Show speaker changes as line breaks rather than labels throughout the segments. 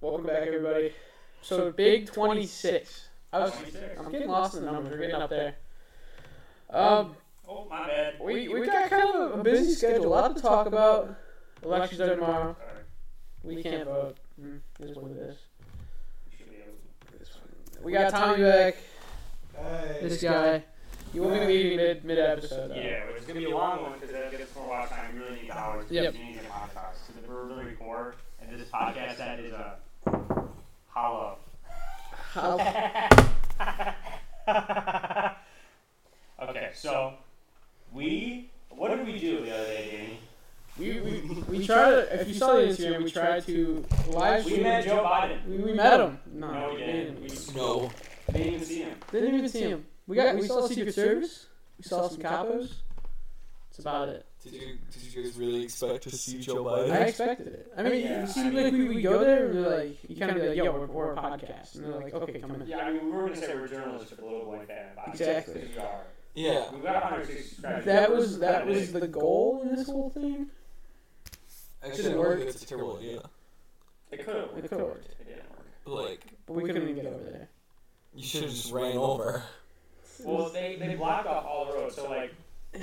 Welcome back, everybody. So, Big 26. I was,
26.
I'm getting lost in the numbers. We're getting up there. Um,
Oh, my bad.
we, we got kind of a busy schedule. A lot to talk about. Elections are tomorrow.
Sorry.
We can't vote. Mm, This is what it is.
You should be able to.
We got Tommy back. This
Hey.
guy. You will be leaving mid mid episode.
Yeah, but it's gonna be a long one because that gets more watch time. You really need hours.
Yep.
You need to monetize. So the Burberry Core and this podcast that is a hollow. okay, so we what did we do the other day, Danny?
We, we, we tried. If you saw the Instagram, we tried to live
We
stream.
met Joe Biden.
We, we met him. No,
No, we
we
didn't. We
No.
didn't even see him.
Didn't even see him. We got we saw Secret Service. We saw some capos. That's about it.
Did you did you guys really expect to see Joe
I
Biden?
expected it. I mean,
Yeah,
you see,
I
like
mean-
we, we go there, and we're like, you kind of be like, yo, we're, we're a podcast, and they're like, okay, come in.
Yeah, I mean we were gonna say we're journalists for the little boy fan. but I guess
Exactly.
We are.
Yeah.
We've got 160 subscribers.
That was that was the goal in this whole thing.
Actually, I don't think that's a terrible idea.
It could have
It
worked.
could have worked,
It didn't work.
But, like,
but we couldn't even get over there.
you should have just ran over.
Well, they, they blocked off all the roads, so like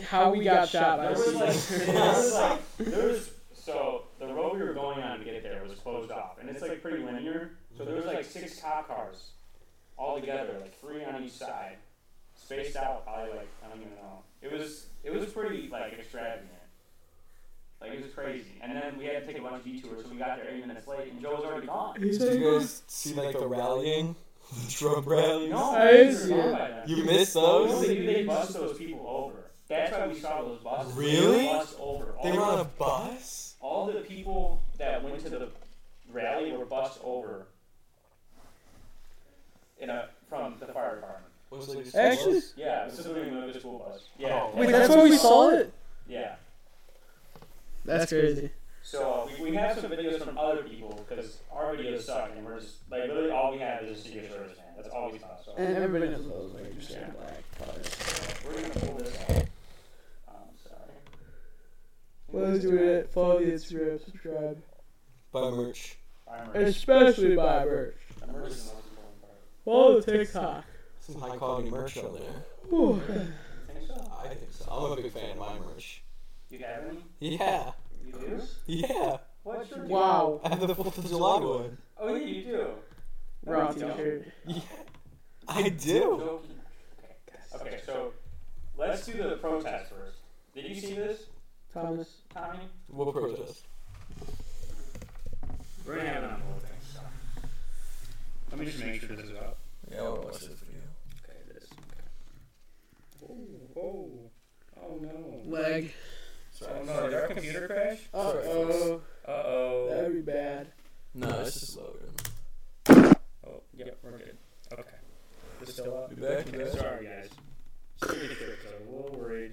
How we got shot
there
by
was
Secret
like
Service.
there was like there was so the road we were going on to get there was closed off, and it's like pretty linear. So there was like six cop cars all together, like three on each side, spaced out probably like I don't even know. It was it was pretty like extravagant. Like it was crazy, and then we had to take a bunch of detours, so we got there eight minutes late, and Joe was already gone.
He
Did
said,
you guys see, like, the rallying? The Trump rallies?
No,
I
we were
see
gone
it.
by then.
You missed
Oh, no,
those?
they, they bust those people over. That's why we saw those buses.
Really?
They bust over. All,
They were on a
the,
bus?
all the people that went to the rally were bussed over in a, from the fire department.
Was it just a
Actually,
bus?
Yeah, this is literally another school bus. Yeah.
Oh.
wait, that's why we saw it.
Yeah.
That's crazy.
So we, we have some videos from other people because our videos suck and we're just, like, literally all we have is a Secret Service man. That's all we saw. So
And everybody knows those like just yeah. black colors.
we're going to pull this out. Um, sorry.
Let's do it. Follow the Instagram, subscribe,
By merch.
I'm ready.
especially by merch.
I'm ready for the most important part.
Follow TikTok.
Some high quality merch on there.
Whew.
Think so?
I think so. I'm a big fan of my merch.
You have any?
Yeah.
You do?
Yeah.
What's your
Wow.
I have the 4th of July one.
Oh yeah, you do.
Raw T-shirt.
Yeah. I do.
Joking. Okay. Okay, so let's do the protest first. Did you see this,
Thomas.
Tommy?
What protest?
We're gonna have it on both things. So. Let me just make sure this is up.
Yeah, I'll watch this video.
Okay, it is. Oh, oh, oh no.
Leg.
Oh no, did our computer crash?
Uh oh.
Uh oh.
That'd be bad.
No, it's just loading.
Oh, yep, we're good. Okay. Is it still up?
Be back, be back.
Sorry, guys. Security tricks. I was a little worried.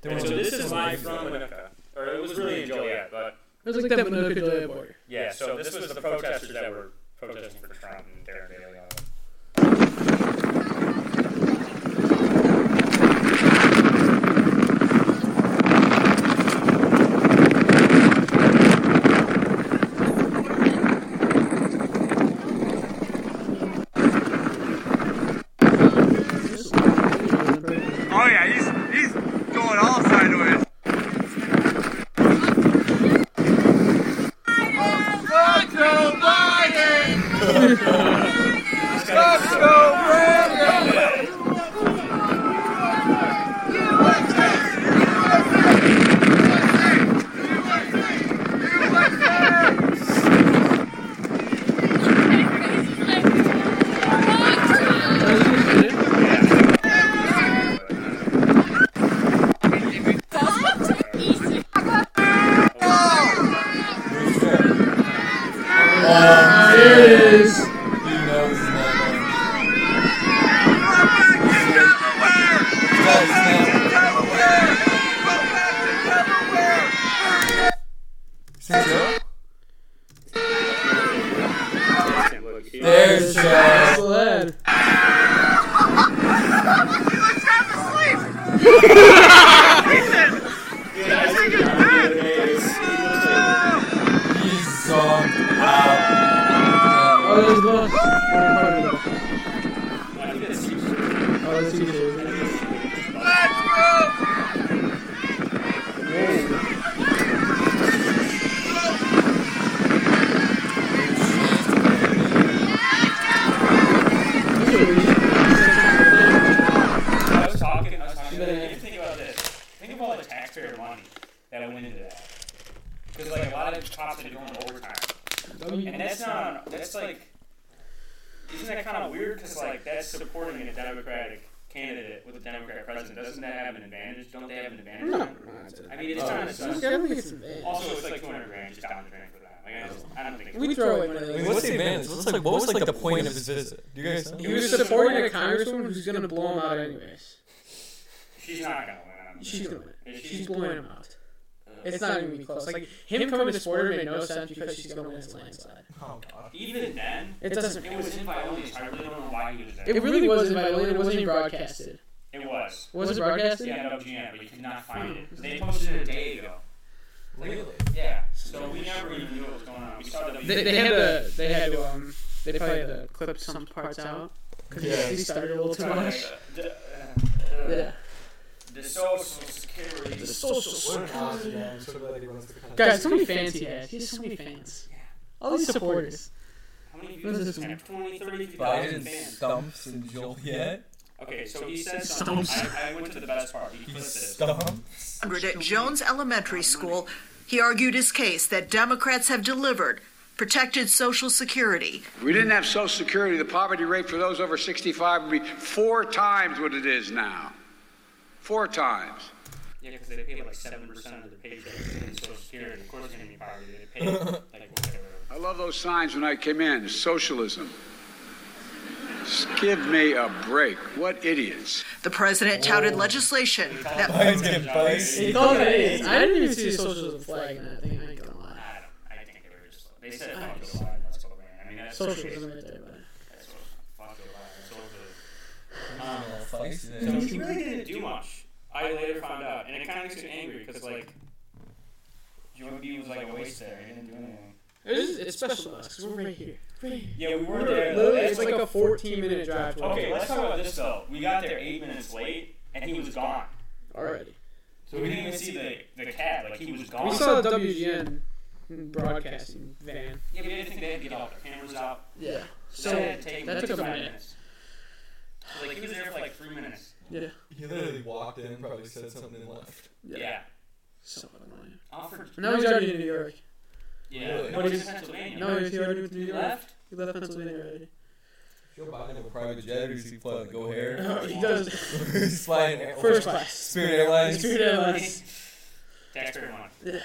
There
And
was
so
a-
this is live from Winnica. Or it was really in Joliet, but
It was like that Minooka Joya border.
yeah, so this was the protesters that were protesting for Trump and Darren Bailey. and all that.
Oh yeah, he's he's going all sideways. Fuck Joe Biden! Fuck Joe Biden!
Um, He knows it's not mine. There's Joe.
Sled.
He's zoned out.
Oh, there's a bus. Right in front of me.
I think that's you.
Oh, that's you, sir.
Let's go!
I was talking. I was talking. About it. You think about this. Think of all the taxpayer money that went into that. Because like a lot of cops are doing overtime, and that's not. That's like. Isn't that kind of weird? Because like that's supporting a Democratic candidate with a Democratic president. Doesn't that have an advantage? Don't they have an advantage?
No, Oh,
I mean, it's not.
I
a
definitely it's advantage.
Also, it's like 200 grand just down the drain for that. Like, I, just, I don't think.
We
it's
throw away
I mean,
money.
what's the advantage? What's like, what was like the point of his visit? Do you guys know?
He was supporting a congresswoman who's gonna blow him out anyways.
She's not gonna win.
She's gonna win. She's blowing him out. It's not even gonna be close. Like him coming to support her made no sense because she's gonna win this landslide.
Oh, God.
Even then,
It doesn't.
it was in Violin's. I really don't know why he was there.
It really wasn't violated. It wasn't even broadcasted.
It was.
Was it broadcasted?
Yeah, no GM, but you could not find it.
Hmm.
They posted it a day ago.
Really?
Yeah. So we never even knew what was going on. We saw the
They, they had to. They had to. Um. They probably had to clip some parts out because
Yeah.
he started a little too much.
The, uh,
Yeah.
the social security.
social yeah, I'm so glad he runs the country.
Guys, so many fans he has. He has so many fans. All these supporters.
How many views does this
This
have? 20, 30, 50,000
Biden
fans.
stumps in Joliet.
Okay, so he said something. I, I went to the best part. He
He
clipped this.
stumps.
at Jones Elementary School, he argued his case that Democrats have delivered protected Social Security.
We didn't have Social Security. The poverty rate for those over 65 would be four times what it is now. Four times.
Yeah, because they pay like 7% of their paycheck in social security. Of course, it's going to be poverty. They pay like whatever.
I love those signs when I came in socialism. Just give me a break. What idiots.
The president touted legislation that
Biden's getting feisty.
He called it idiots. I didn't even see the socialism flag in that thing. I ain't gonna lie.
I don't. I think they were just. They said fuck Joe Biden. That's what I mean. That's
Socialism right there, buddy.
That's what. Fuck Joe Biden. That's what. the-
Feisty.
She really didn't do much. I later found out, and it kind of makes me angry because like Joe B was like a waste there. He didn't do anything.
It was, it's special to us 'cause we're right here. Right here.
Yeah, we weren't there. Though.
Literally,
That's
it's like a 14 minute drive to
okay. Let's talk about this though. We got there eight minutes late, and he was gone.
already.
So we didn't even see the the cab. Like he was gone.
We saw the WGN broadcasting van.
Yeah, but I didn't think they had to get all their cameras out.
Yeah.
So that, take
that took a
55
minute.
minutes. So, like he was there for like three minutes.
Yeah.
He literally walked in, probably said something, and left.
Yeah.
So annoying.
Alfred.
Now he's already in New York.
Yeah.
Really?
No, he's in Pennsylvania.
No, he's already in New
he
York.
left.
He left Pennsylvania already.
Joe Biden have a private jet, or is he flying Go Air?
he does
He's flying Air-
first class.
Spirit Airlines.
Spirit Airlines.
Taxpayer money.
Yeah.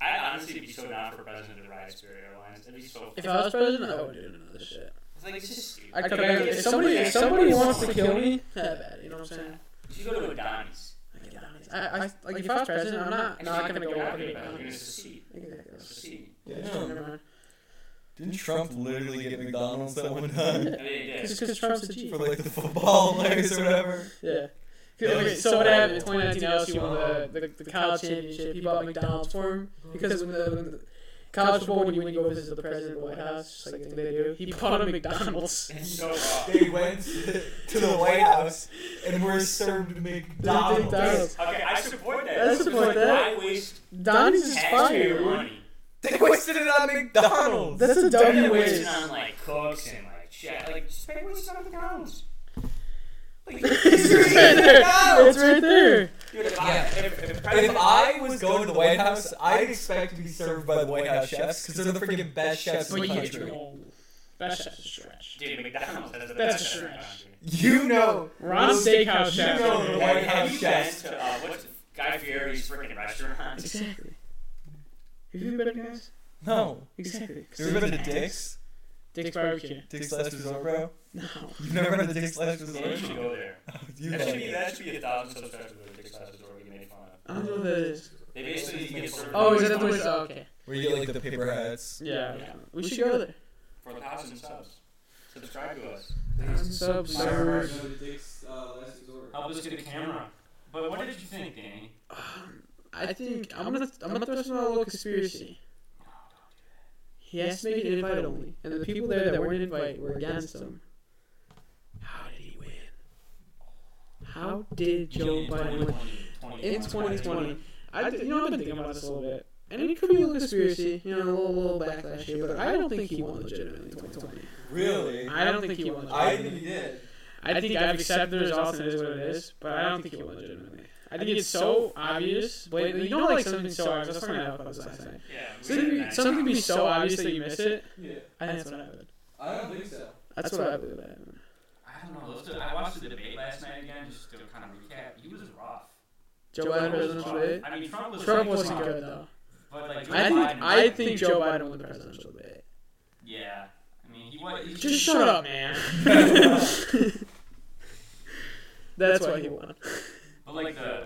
I'd honestly be so down for president to ride Spirit Airlines. It'd be so.
If I was president, I would do another shit.
It's like it's just stupid.
I
Like,
come back.
if
If somebody, if somebody wants to kill me, have at it. You know what I'm saying?
you go to Adonis,
I get down. I, I, like if I was president, I'm not,
and
not gonna go
you're
up
not
and
gonna
get
go. You're
down.
gonna secede. Secede.
Yeah,
No,
no.
never mind.
Didn't Trump literally get McDonald's that one time?
I mean, it is.
Just because Trump's a G.
For like the football players or whatever?
Yeah. Okay, so what happened in 2019? LSU won the, the, the college championship. He bought McDonald's for him because when the, when the college football, when you, when you go visit the president of the White House, just like the thing they do, he bought him McDonald's.
It's so wrong.
They went to the White House and were served McDonald's.
McDonald's.
Okay, I support that.
I
Because,
support
like,
that.
Why waste
Donnie's is
taxpayer
fire.
money?
They wasted it on McDonald's.
That's a
They're
W
wasting
waste.
on like cooks and like shit. Like just pay wasting on McDonald's. Like,
It's right there. It's right there.
dude, if I, if, if
If
president,
I was going to the White House, I'd expect to be served by the White House chefs because they're the freaking best chefs in
But
the
yeah,
country.
true. That's just a stretch.
dude, McDonald's has the
That's
best
a
restaurant in the
stretch.
country.
You know,
Ron's Steakhouse Chef.
know the White
Have
House
you
chefs.
been to, uh, what's Guy Fieri's freaking restaurant?
Exactly. Have you been better guys?
no.
Exactly.
You ever been to Dick's?
Dick's barbecue.
Dick's Last Resort, bro?
No.
You've never been to Dick's Last
Yeah, you
Resort?
should go there.
You
That should be
have.
that should be a thousand subscribers with Dick Classes where we made fun of.
I don't know what that is.
They basically get served
Oh, is that the one? Oh, okay.
Where you get like the paper hats.
Yeah. We should go there.
for a thousand subs. Subscribe to us.
Subs.
Help us get a camera. But what did you think, Danny?
I think I'm gonna I'm gonna throw some out a little conspiracy. He has to make an invite only, and the people there that weren't invited were against him. How did he win? How did Joe Biden win? in 2020. I, d- you know, I've been thinking about this a little bit. And it could be a little conspiracy, you know, a little, little backlash here, but I don't think he won legitimately in 2020.
Really?
I don't think he won
I
legitimately.
think he did.
I think I've accepted the results and it is what it is, but I don't think he won legitimately. I think it's so obvious, but you know, like something so obvious. I was talking about this last night.
Yeah. we did
Something,
that.
something be so obvious that you miss it,
Yeah.
I think that's what happened.
I don't think so.
That's what I believe happened.
I don't know. Those two, I watched the debate last night again just to kind of recap. He was rough.
Joe Biden
Trump was
presidential
rough.
debate.
I mean, Trump was
Trump
like,
wasn't
rough,
good though.
But like, Joe
I think
Biden,
I think Joe Biden won the presidential debate.
Yeah. I mean, he was. He,
Just shut up, man. That's why he won.
But like the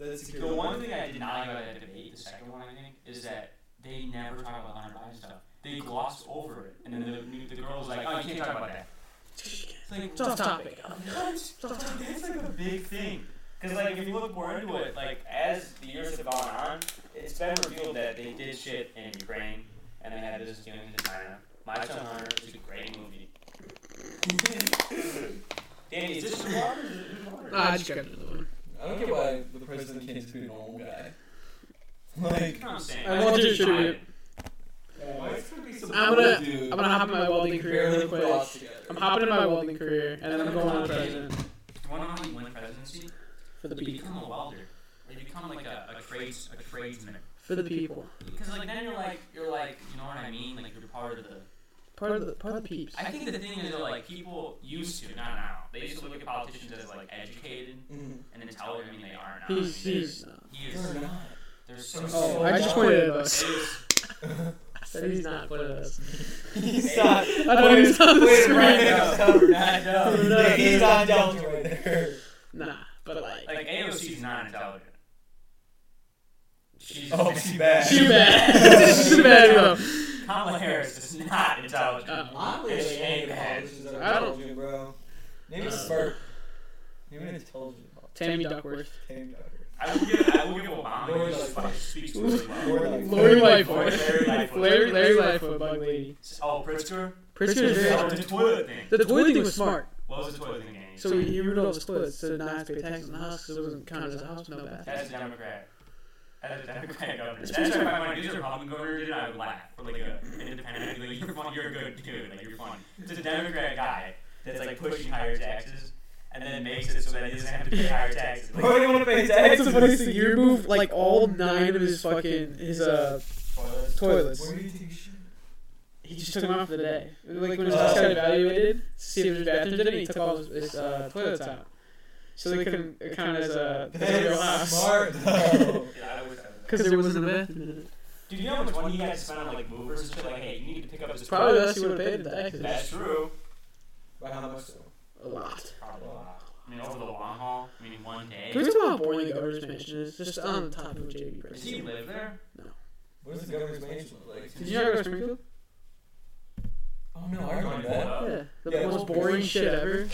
That's
the one thing I did not like about that debate, the second one I think, is that they never talk about Hunter Biden stuff. They glossed over it, and then the, the girl was like, "Oh, you can't talk about that." It's like
It's off topic.
That's like a big thing. Because, like, if you look more into it, like, as the years have gone on, it's been revealed that they did shit in Ukraine and they had this dealing to China. My Son Hunter is a great movie. Danny, is this your water? or is it- whose water?
Nah, I just grabbed another one.
I don't get why the president can't just be a normal guy. Like,
That's what I'm saying.
I won't do tribute.
why is there gonna be some
I'm gonna-
old dude
I'm gonna hop in my welding career
barely
really quick.
crossed together?
I'm hopping in my welding career, and then I'm going on president
You want to know how you win presidency?
for the
You
people.
become a welder. Or you become, like, a, a, trades, a tradesman.
For the people.
Because, like, then you're like, you're like, you know what I mean? Like, you're part of the
Part of the part of the peeps.
I think the thing is that like people used to, not now. They used to look at politicians as like educated
Mhm.
and intelligent. I mean, they are not.
He's
I mean,
he's. not.
he is.
You're not.
They're so.
Oh,
so
I just pointed at us.
He's-
I said he's not pointed at us.
He's not.
I thought he was on the
Wait, right
screen.
now.
not dumb.
No,
He's
dude.
on Delta right there.
Nah, but like,
Like AOC's not intelligent. She's
Oh, she bad.
too bad. Too bad. bro.
Kamala Harris is not intelligent.
Uh-oh.
I'm really
She ain't
angry at
bad.
politicians that are
I don't-
intelligent, bro. Name a smart. Name an intelligent
Tammy Duckworth.
tame doctor.
I will give. I will give Obama. He
Lori
just
Lightfoot.
fucking speaks really well.
Or like
Lori Lightfoot.
Larry Lightfoot.
Larry Larry Lightfoot, bug lady.
Oh, Pritzker.
Pritzker's very
Oh, the toilet thing.
The toilet thing was smart.
What was the toilet thing? Danny?
So he moved all his toilets so not have to pay taxes on the house because it wasn't counted as a house, no bath.
That's a Democrat. That's a Democrat governor. That's why when I do a Republican governor, dude, I would laugh. Or like a, an independent, I'd be like, you're fun, you're a good dude, like you're funny. It's a Democrat guy that's like pushing higher taxes and then makes it so that he doesn't have to pay higher taxes. Like,
Bro, you wanna pay
That's
taxes?
the funniest thing. He removed like all nine of his fucking his uh
toilets.
toilets.
Where do you take shit?
He just took them out for the day. Like when his
Oh.
house got evaluated, to see if his bathroom did it, he took all his, his uh, toilets out. So they couldn't count as a as a real
That's
house
smart though.
Yeah, I would, I would.
because there wasn't a bathroom in it.
Dude, you know how much money you guys spend on like movers and shit? Like, hey, you need to pick up this.
Probably
toilet.
less he would have paid in taxes.
That's true.
By how much
A
though?
lot.
Probably. not. I mean, over the long haul. I mean, one day.
Can we talk about how boring the governor's mansion is? Just on the top of a JV
Does he
president.
live there?
What does the governor's mansion look like?
Did you not go to Springfield?
Oh no, I remember that.
Yeah, the
Yeah.
most boring shit ever.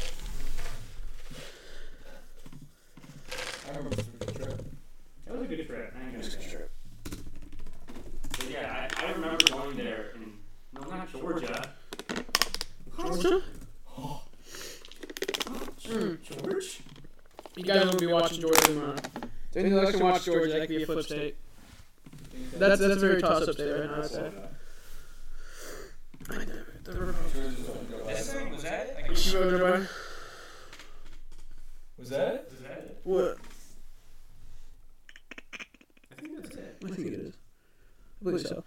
I remember this was a trip.
That was a good trip. I enjoyed that. But yeah, I, I remember going there in no, not Georgia.
Georgia?
George?
You guys will be watching Georgia tomorrow. During the election, watch Georgia. That could be a flip state. That's that's a very toss up state right now. I'd say.
George was on the last one.
was that?
You voted, Brian?
Was that it?
was that it?
What?
I think that's it.
I think it is. I believe so.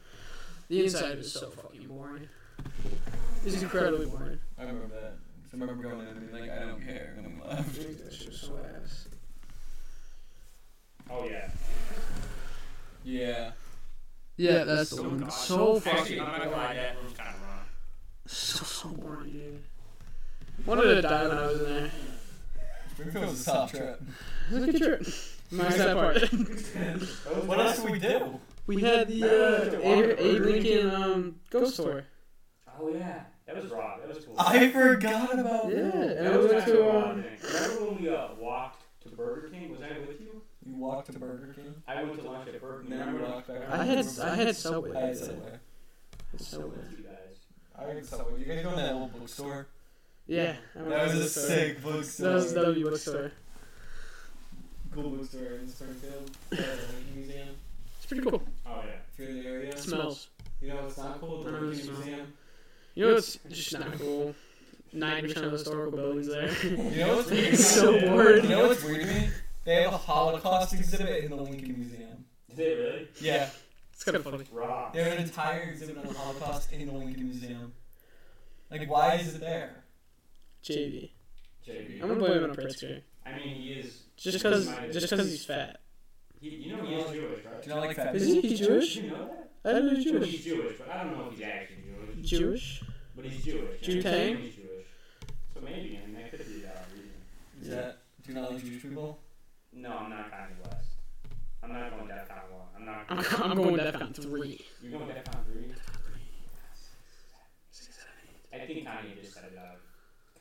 The inside is so fucking boring. It's incredibly boring.
I remember that. I remember going in and being like, I don't care, and then we left.
so ass.
Oh yeah.
Yeah.
Yeah, that's the one. So
Actually,
fucking
I'm not gonna lie, that room's kind of wrong.
so so boring, dude. Wanted to die when I was in there.
Springfield was a soft trip.
Look at your. Minus that part.
What else did we do?
We had the uh, Abe, Abe Lincoln um, ghost tour.
Oh yeah, that was raw. That was cool.
Uh,
I forgot about
Yeah,
that.
and we went
kind of
to
a raw
um,
thing. Remember when we uh, walked to Burger King? Was I with you?
You walked to Burger King,
I went to lunch at Burger
and
King.
then we
Remember?
walked back.
I had I had Subway.
I had Subway.
It's so good.
You guys.
I read Subway. You guys go in that old bookstore?
Yeah. I remember
That was a
bookstore.
sick
That
bookstore.
was the W bookstore.
cool bookstore in Springfield. Uh, Lincoln Museum.
It's pretty cool.
Oh yeah.
If you're in the area.
It smells.
You know what's not cool? The
I don't
Lincoln
smell.
Museum.
You know it's just not cool. Ninety percent of the historical buildings there.
You know what's weird?
It's so bored.
You know what's weird to me? They have a Holocaust exhibit in the Lincoln Museum.
Did it really?
Yeah,
It's kind of funny.
Rock.
they have an entire exhibit on the Holocaust in the Lincoln Museum. Like, why is it there?
JV. I'm
JB.
gonna blame it on Pritzker.
I mean, he is.
Just cause, just cause he's fat.
He, you know he is Jewish,
Do
right?
you not like fat
Is
people?
he he's Jewish?
Did you know that?
I don't know he's
Well,
Jewish.
he's Jewish, but I don't know if he's actually Jewish.
Jewish?
But he's Jewish.
Jew
Yeah,
Tang?
He's Jewish. So maybe, I mean, that could be our reason.
Is that, do you not like Jewish people?
No, I'm not Kanye West. I'm not going DEFCON 1. I'm not.
I'm, I'm going DEFCON 3.
You're going DEFCON 3? I think Kanye just said it out.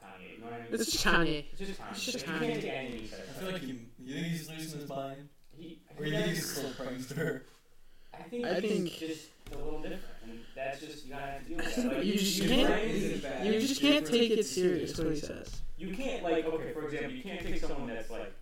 Kanye. You know what I mean?
It's Kanye.
It's just Kanye.
it's just
Like, you
Kanye.
can't get anything he said.
I feel like you, you think he's losing his mind?
He,
Or you think he's still a prankster?
I think,
I
I think
think-
it's just a little different. And that's just, you gotta have to deal with that. Like,
You just
your
can't.
brain is-
it back?
You just can't take it serious what he says.
You can't like okay, for example, you can't take someone that's like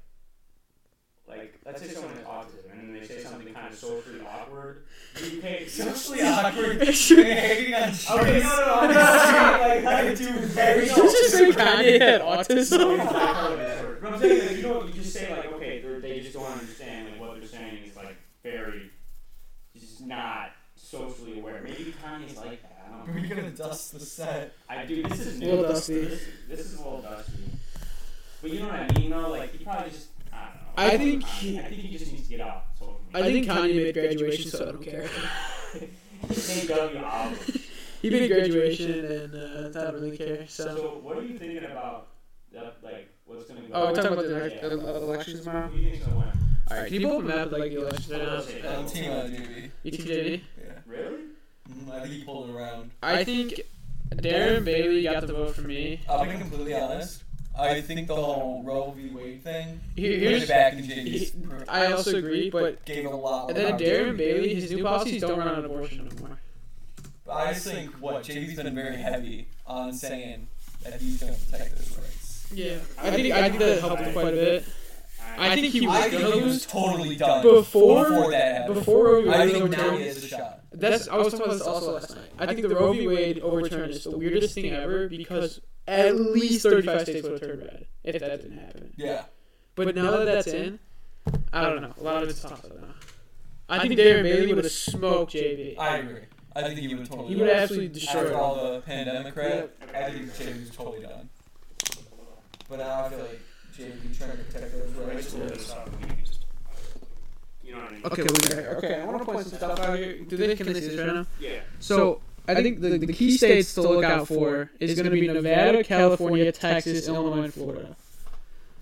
like let's say someone has autism and then they say something kind of socially awkward. You can't
socially awkward. Hanging on
Okay, no, no, no, I'm not saying like
I do very
Did you just say Kanye had autism?
But I'm saying like, you don't you just say like okay, they're- they just don't understand like what they're saying is like very just not socially aware. Maybe Kanye's like that. I don't know.
We're gonna dust the set.
I do. This is new.
Little dusty.
This, this is a little dusty. But you know what I mean, though. Like he probably just. I don't know.
I think he-
I think he just needs to get out. That's what I mean.
I think Kanye made graduation, so I don't care.
Same W album.
He made graduation, and uh, I don't really care. So.
So what are you thinking about? That, like what's gonna go?
Oh, we're talking about the
Yeah.
elec- el- el- elections tomorrow.
Who do you think's gonna win?
All right, can you pull up a map of like the elections right now? E
Okay.
I'm team out, JB.
ETJD.
Yeah.
Really?
Mm, I think he pulled it around.
I think Darren Bailey got the vote for me.
I'll be completely honest. I think the whole Roe v. Wade thing
Here-
put it
Here's,
back in
he-
JB's pr-
I also agree, but
gave it a lot.
and then
of
Darren
power.
Bailey, his new policies don't run on abortion anymore.
I just think what JB's been very heavy on saying that he's gonna protect those rights.
Yeah, I think I think that helped him quite a bit. I think he
I
was
think he
gonna
was
lose
totally done
Before-
before that happened.
before we
I
were
think now he
overturned.
has a shot.
That's I was talking about this also last night. I think the Roe v. Wade overturn is the weirdest thing ever because at least 35 states would have turned red if that didn't happen.
Yeah.
But now that that's in, I don't know. A lot of it's tough now. I think Darren Bailey would have smoked JB.
I agree. I think he would totally.
He would have absolutely destroyed
after
him.
all the pandemic crap. I think JB was totally done. But now I feel like JB trying to protect those rights. was-
You know what I mean?
Okay, we got Okay, I want to point some stuff out here. Do they can they see this right now?
Yeah.
So I think the, the key states to look out for is going to be Nevada, California, Texas, Illinois, and Florida.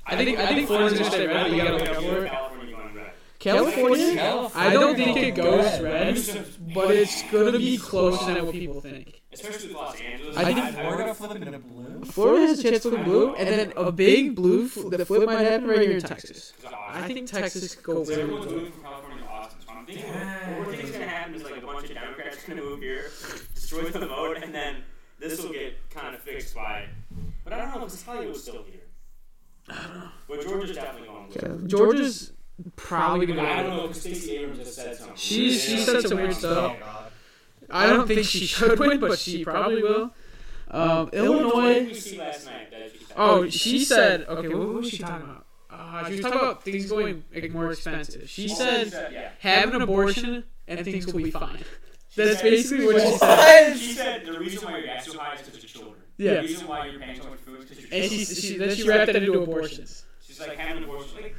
I think I think Florida's going to stay red, but you got to look out for it.
California going red.
California, I don't think it goes red,
Especially
but it's going to be closer than what people think.
with Los Angeles.
I think-
I've heard
Florida
of-
flipping to blue.
Florida has a chance of blue, and then a big blue fl- the flip might happen right here in Texas.
it's awesome.
I think Texas could go
So
way
everyone's
blue.
moving from California to Austin. So I'm thinking what we're thinking is gonna happen is like a bunch of Democrats gonna move here, destroy the vote, and then this will get kind of fixed by. But I don't know because Hollywood was still here. I don't know. But Georgia's definitely going. blue.
Georgia's probably
But
going
I
to
don't
go.
know because Stacey Abrams has said something.
She- she
Yeah.
said some weird stuff. I don't think she should win, but she probably will. Um,
What did
Illinois.
we see last night that she said?
Oh, she said. Okay, what, what was she talking about? Uh, she was talking about things going like, more expensive. She
All
said,
yeah.
"Have an abortion and things will be fine."
She
That's
said-
basically what she said.
She said the reason why your gas is so high is because of children.
Yeah.
The reason why you're paying so much food is because you're
And
children.
she, she then she wrapped that into abortions.
She's like having an abortion. Like,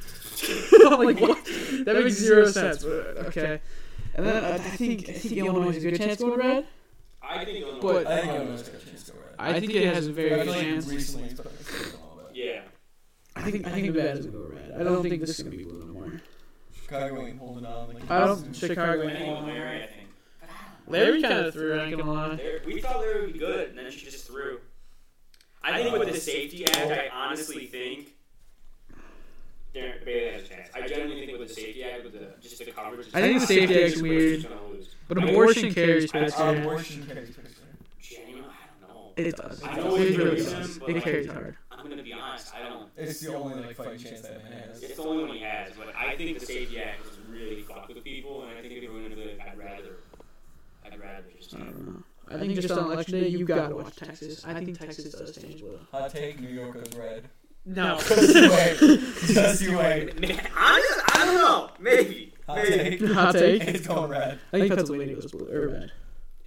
I'm like what? That makes zero sense. but, Okay. And then uh, I think I think Illinois has a good chance going red.
I think Illinois.
But-
I think Illinois is going to go red.
I think it has a very
I
good
feel like
chance.
recently it's probably gonna go red.
yeah.
I think I think Nevada is gonna go red. I don't think this is gonna be blue anymore.
Chicago ain't holding on. Like,
I don't
Chicago-
Chicago.
I think
ain't-
Larry, I think.
Larry kind of threw. I ain't gonna lie.
Larry, we thought Larry would be good, and then she just threw. I think with the Safety Act, I honestly think Darren Bailey has a chance. I genuinely think with the safety act, with the just the coverage,
I think the safety act's weird.
Gonna lose.
But abortion carries
Uh,
faster.
abortion carries pretty soon.
Genuine, I don't know.
It does.
I know
It
it's
really
reason,
does.
but
It
like-
carries hard.
I'm gonna be honest. I don't.
It's the only like fighting chance that man has.
It's the only one he has, but I think the safety act has really fucked with people, and I think if it wouldn't have been, I'd rather, I'd rather just.
I think just on election day, you gotta watch Texas. I think Texas does change well.
Hot take: New York goes red.
No.
Wait, just you wait.
Honest, I don't know. Maybe.
Hot take:
Hot take.
It's going red.
I think Pennsylvania goes blue or red.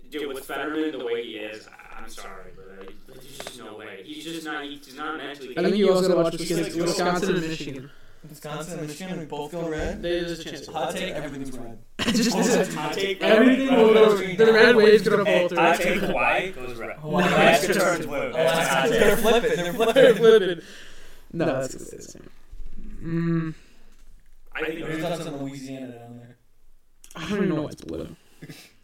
Dude, with Fetterman the way he is, I- I'm sorry, but I- there's just no way. He's just not. He's not mentally.
I think you also gotta watch Wisconsin,
Wisconsin-
Wisconsin
Wisconsin
and Michigan.
Wisconsin and Michigan would both go red.
There's a chance.
Hot take: Everything's red.
Just this-
Hot take.
everything will go. The red wave's gonna fall through.
Hot take. Hawaii goes red.
Hawaii.
Alaska turns blue. That's my hot
Alaska.
take.
Oh, They're flipping. They're
They're
flipping.
flipping. No, that's the same. Mm,
I
There's
think.
not some Louisiana down there.
I don't even know what's blue.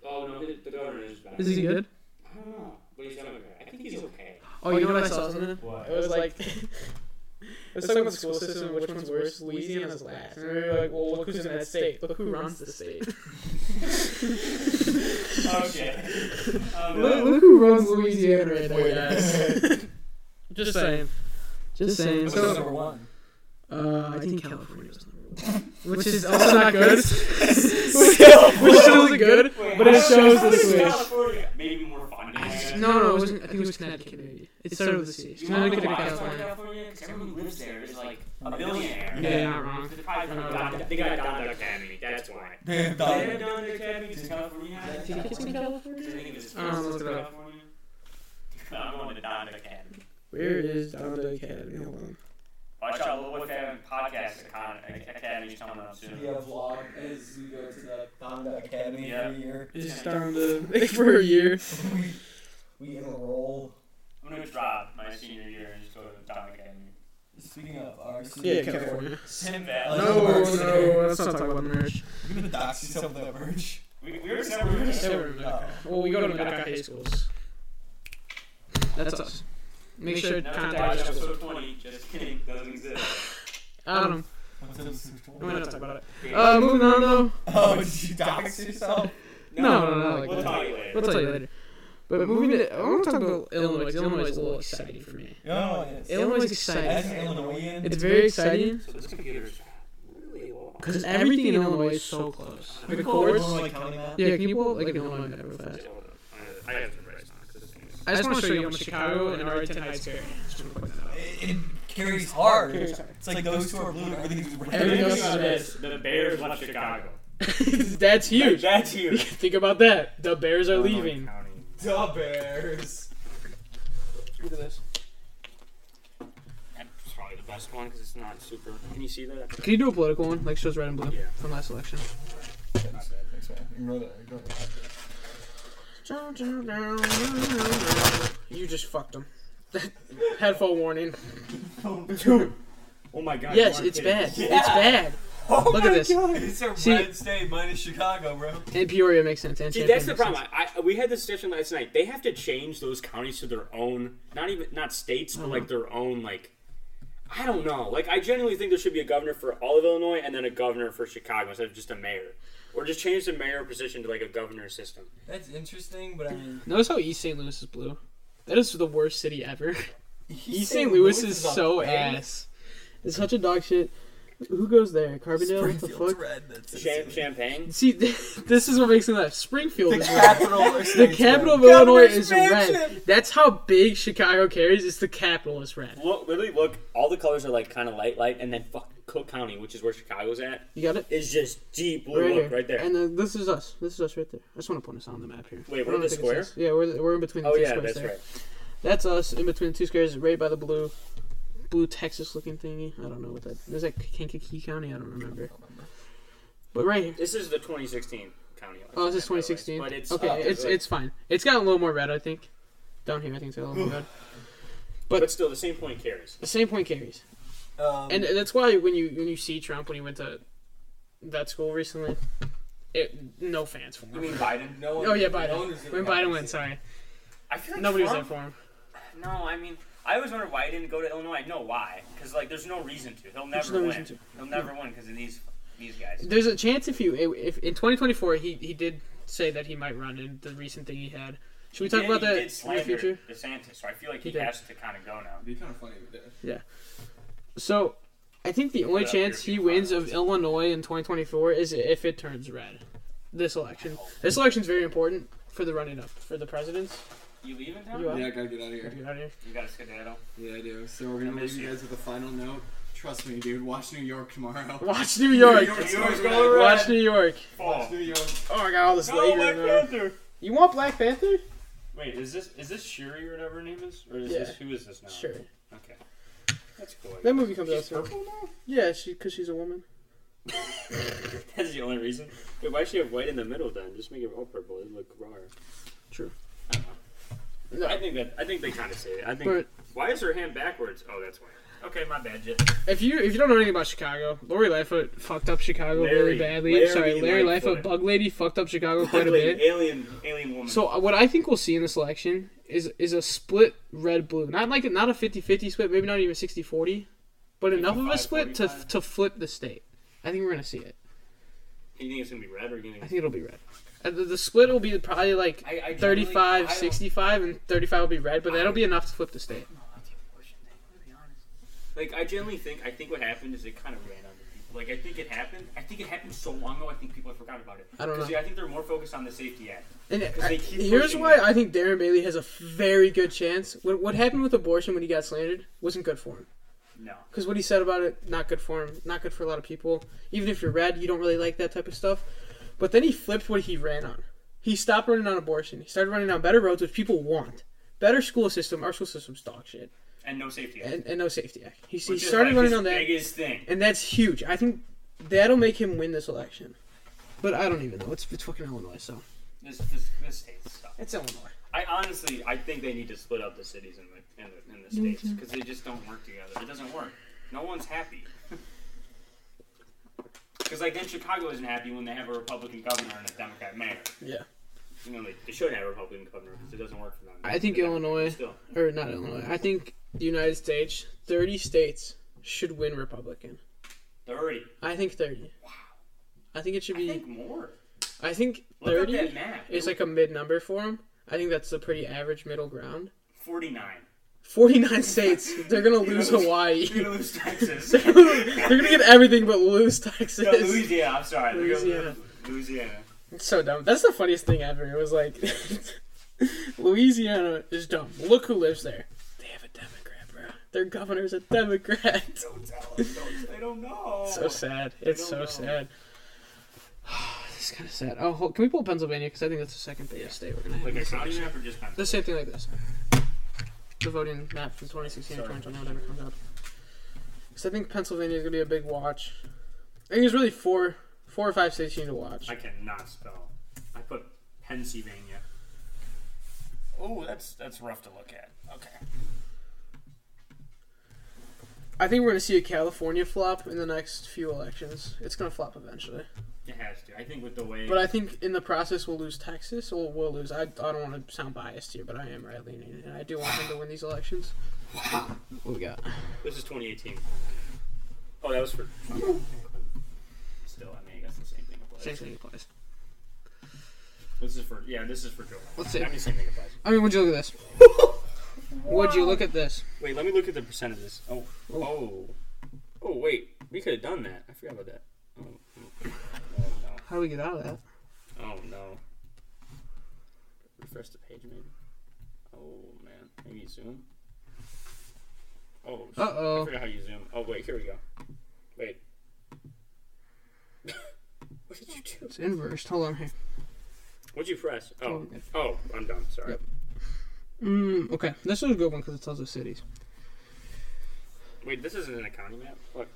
Oh no, the, the governor is bad.
Is he good?
I don't know, but he's Democrat. I think he's okay.
Oh, you know what I saw something?
What?
It was like it was talking about the school system, which one's worse. Louisiana's last. And we were like, well, look who's in that state. Look who runs the state.
Oh shit. Oh,
Um,
look,
no.
look who runs Louisiana right there, guys. Just saying. Just saying.
What's
So,
number one?
uh, I think California's number one, which is also not good. which still isn't good, but it shows the switch.
California. Maybe more fun. No,
No, no, it wasn't. I think it was Connecticut. Maybe it started with a C.
you want to
Connecticut
know
or
why it's not
California?
California? Because everyone who lives there is like a billionaire.
Yeah, you're not wrong.
They're probably from Don- They got Don Duck Academy. That's why.
Damn,
They have
dog.
Don Duck Academy in California. I think
Tickets in California?
it was
Um, let's
California.
go.
I'm going to Don Duck Academy.
Where is Donda Academy? Hold on.
Watch out, Lil Wiff having podcasts at Con- Academy's coming up soon.
Yeah, vlog as we go to the Donda Academy
Yeah.
every year.
Is Donda for a year?
We we enroll.
I'm going to drop my senior year and just go to Don Duck Academy.
Speaking of our
Yeah,
senior-
California.
Sim
No,
Oh,
no, let's not talk about merch.
we gonna dox you some of that merch.
We, we were never.
Well, we go to Mecca High Schools. That's us. Make sure to
No,
contact
that's
us.
episode 20. Just kidding. Doesn't exist.
I don't know.
What's up,
I'm
Superboy?
not talk about it. Uh, moving on though.
Oh, did you dox yourself?
No, no, no, like
We'll
that.
talk you later.
We'll tell you later. But moving to, I want to talk about Illinois. 'cause Illinois is a little exciting for me.
No, it's
Illinois is
As an
exciting.
Illinoisan,
It's very exciting
So this computer's really long.
because everything in Illinois is so close. The courts.
Illinois County map.
Yeah, can you pull up like an Illinois map real fast?
I have to price now because this thing is.
I just want to show you how much Chicago and Arlington Heights carry. Just wanna point that out.
It, it carries hard. It's like those two are blue. Everything's
Everything
red.
else is red.
The Bears left Chicago.
That's huge.
That's huge.
Think about that. The Bears are leaving.
The Bears.
Look at this.
That's probably the best one because it's not super. Can you see that?
Can you do a political one? Like shows red and blue from last election.
Thanks, man. Ignore that. Ignore that.
You just fucked them. Headphone warning.
Oh my god.
Yes, it's bad. It's bad.
Oh
Look at this.
It's a
See-
red state minus Chicago, bro.
And Peoria makes sense. And
See,
Champaign
that's the
makes
problem. I, I, we had this discussion last night. They have to change those counties to their own, not even not states, but like their own. Like, I don't know. Like, I genuinely think there should be a governor for all of Illinois and then a governor for Chicago instead of just a mayor, or just change the mayor position to like a governor system.
That's interesting, but I mean,
sense. Notice how East St. Louis is blue. That is the worst city ever. East
East
St. Louis, is so ass. It's such a dog shit. Who goes there? Carbondale? What the
Springfield's
fuck?
red. That's insane.
Cham- Champagne.
See, this is what makes me laugh. Springfield
The
is red.
capital. of
The
state's
capital of
red.
Illinois
Governor's
is red.
mansion.
That's how big Chicago carries. It's the capital is red.
Look, literally, look. All the colors are like kind of light, light, and then fuck Cook County, which is where Chicago's at,
You got it?
is just deep blue.
Right
Oh, look,
here.
right there.
And then this is us. This is us right there. I just want to point us on the map here.
Wait,
I
we're
don't
in the
think it's
square?
us. Yeah, we're, we're in between the
oh
two
yeah,
squares
that's
there.
right.
That's us in between the two squares, right by the blue, blue Texas looking thingy. I don't know what that is. That Kankakee County? I don't remember. But right here.
This is the 2016 county. election,
Oh, this is
by the way.
2016.
But it's
okay,
up,
it's
like-
it's fine. It's got a little more red, I think. Down here, I think it's got a little more red.
But still, the same point carries.
The same point carries.
Um,
and that's why when you when you see Trump when he went to that school recently, it no fans for him.
Biden?
no one-
Oh yeah,
no one
Biden.
was gonna
When
fucking
Biden
see
went,
it.
sorry,
I feel like
nobody was there
Trump,
for him.
No, I mean, I always wonder why he didn't go to Illinois. I know why, because like, there's no reason to. He'll never
no
win.
reason to.
He'll never win because of these these guys.
There's a chance if you if in 2024 he he did say that he might run in the recent thing he had. Should we talk
And
about
he
that
did
in the
slander
future?
DeSantis, so I feel like
He
he,
did.
has to kind of go now.
It'd be kind of funny if it did.
So, I think the only
Yeah,
chance he
European
wins
finals.
of Illinois in 2024 is if it turns red. This election. This election's very important for the running up for the presidents.
You leaving town?
You
You,
are.
Yeah, I gotta get out of here.
Out here.
got a skedaddle.
Yeah, I do. So we're gonna
I
leave
miss
you
you.
guys with a final note. Trust me, dude. Watch New York tomorrow.
Watch New York.
York's
York's
going
going
Watch New York.
New York.
Oh, I got all this
No,
later.
Black
in there.
Panther.
You want Black Panther?
Wait, is this is this Shuri or whatever her name is, or is
Yeah.
this who is this now?
Sure.
Okay. That's cool.
That movie comes out soon. Yeah, she because she's a woman.
That's the only reason. Wait, why should you have white in the middle then? Just make it all purple. It'd look rawer.
True.
I don't know.
No.
I think that I think they kind of say it. I think.
But-
why is her hand backwards? Oh, that's why. Okay, my bad, Jit.
If you if you don't know anything about Chicago, Lori Lightfoot fucked up Chicago really
Larry-
badly.
Larry
Sorry, Larry Lightfoot.
Lightfoot.
Bug Lady fucked up Chicago quite a bit.
Alien, alien woman.
So uh, what I think we'll see in this election is is a split red blue. Not like not a 50-50 split, maybe not even 60-40, but enough of a
55,
split to
45.
to flip the state. I think we're going to see it.
you think it's gonna be red or you
I
think?
think it'll be red. Uh, The, the split will be probably like
I- I generally- I
35
don't-
65 and 35 will be red, but that'll be enough to flip the state.
Like I generally think I think what happened is it kind of ran under people. Like I think it happened. I think it happened so long ago. I think people have forgotten about it.
I don't
'Cause,
know.
yeah, I think they're more focused on the safety act.
And I-
they keep
here's
pushing
why
it.
I think Darren Bailey has a very good chance. What, what happened with abortion when he got slandered wasn't good for him.
No.
because what he said about it not good for him not good for a lot of people even if you're red you don't really like that type of stuff but then he flipped what he ran on he stopped running on abortion he started running on better roads which people want better school system our school system's dog shit
And no safety act.
and, and no safety act he, he
Which is,
started
like,
running
his
on that
Biggest thing.
and that's huge i think that'll make him win this election but i don't even know it's, it's fucking illinois so
This this this state stuff.
it's illinois
I honestly, I think they need to split up the cities and the and the, and the states because they just don't work together. It doesn't work. No one's happy. Because like then Chicago isn't happy when they have a Republican governor and a Democrat mayor.
yeah
You know, they, they should have a Republican governor because it doesn't work for them.
I think
The Democrats
Illinois-
Still,
or not illinois i think the united states 30 states should win republican
thirty.
I think 30. Wow. I think it should
I
be.
think more.
I think
Look up
30
that map.
is like a mid number for him. I think that's a pretty average middle ground.
forty-nine.
49 states. They're going to lose
lose-
Hawaii.
You're gonna lose Texas.
They're going to get everything but lose Texas.
No, Louisiana. I'm sorry. They're gonna
Louisiana.
lose Louisiana.
It's so dumb. That's the funniest thing ever. It was like, Louisiana is dumb. Look who lives there. They have a Democrat, bro. Their governor's a Democrat.
Don't tell them. Don't, they don't know.
so sad. It's so
don't know.
sad. this is kind of sad. Oh, hold, can we pull Pennsylvania? Because I think that's the second biggest state we're going to have.
like
in
a
this
county
election.
map or just map?
The same thing like this. The voting map from 2016 or 2020, whatever comes up. Because I think Pennsylvania is going to be a big watch. I think there's really four, four or five states you need to watch.
I cannot spell. I put Pennsylvania. Oh, that's that's rough to look at. Okay.
I think we're going to see a California flop in the next few elections. It's going to flop eventually.
It has to. I think with the way
But I think in the process we'll lose Texas. Or we'll lose. I, I don't want to sound biased here, but I am right leaning, and I do want them to win these elections. What we got?
this is 2018. Oh, that was for. Still, I mean, I guess the same thing applies.
Same thing applies.
This is for yeah. This is for Joe.
Let's see.
I mean, same thing applies.
I mean, would you look at this? Would you look at this?
Wait, let me look at the percent of this. Oh, oh, oh. Wait, we could have done that. I forgot about that. Oh, oh, oh no.
How do we get out of that?
Oh no. Refresh the page, maybe. Oh man, maybe zoom. Oh. sh-
Uh-oh.
I forgot how you zoom. Oh wait, here we go. Wait. what did you do?
It's inversed. Hold on here.
What'd you press? Oh.
Totally
Oh, I'm dumb. Sorry.
Yep. Mm, okay, this is a good one because it tells us cities.
Wait, this isn't an accounting map. Look,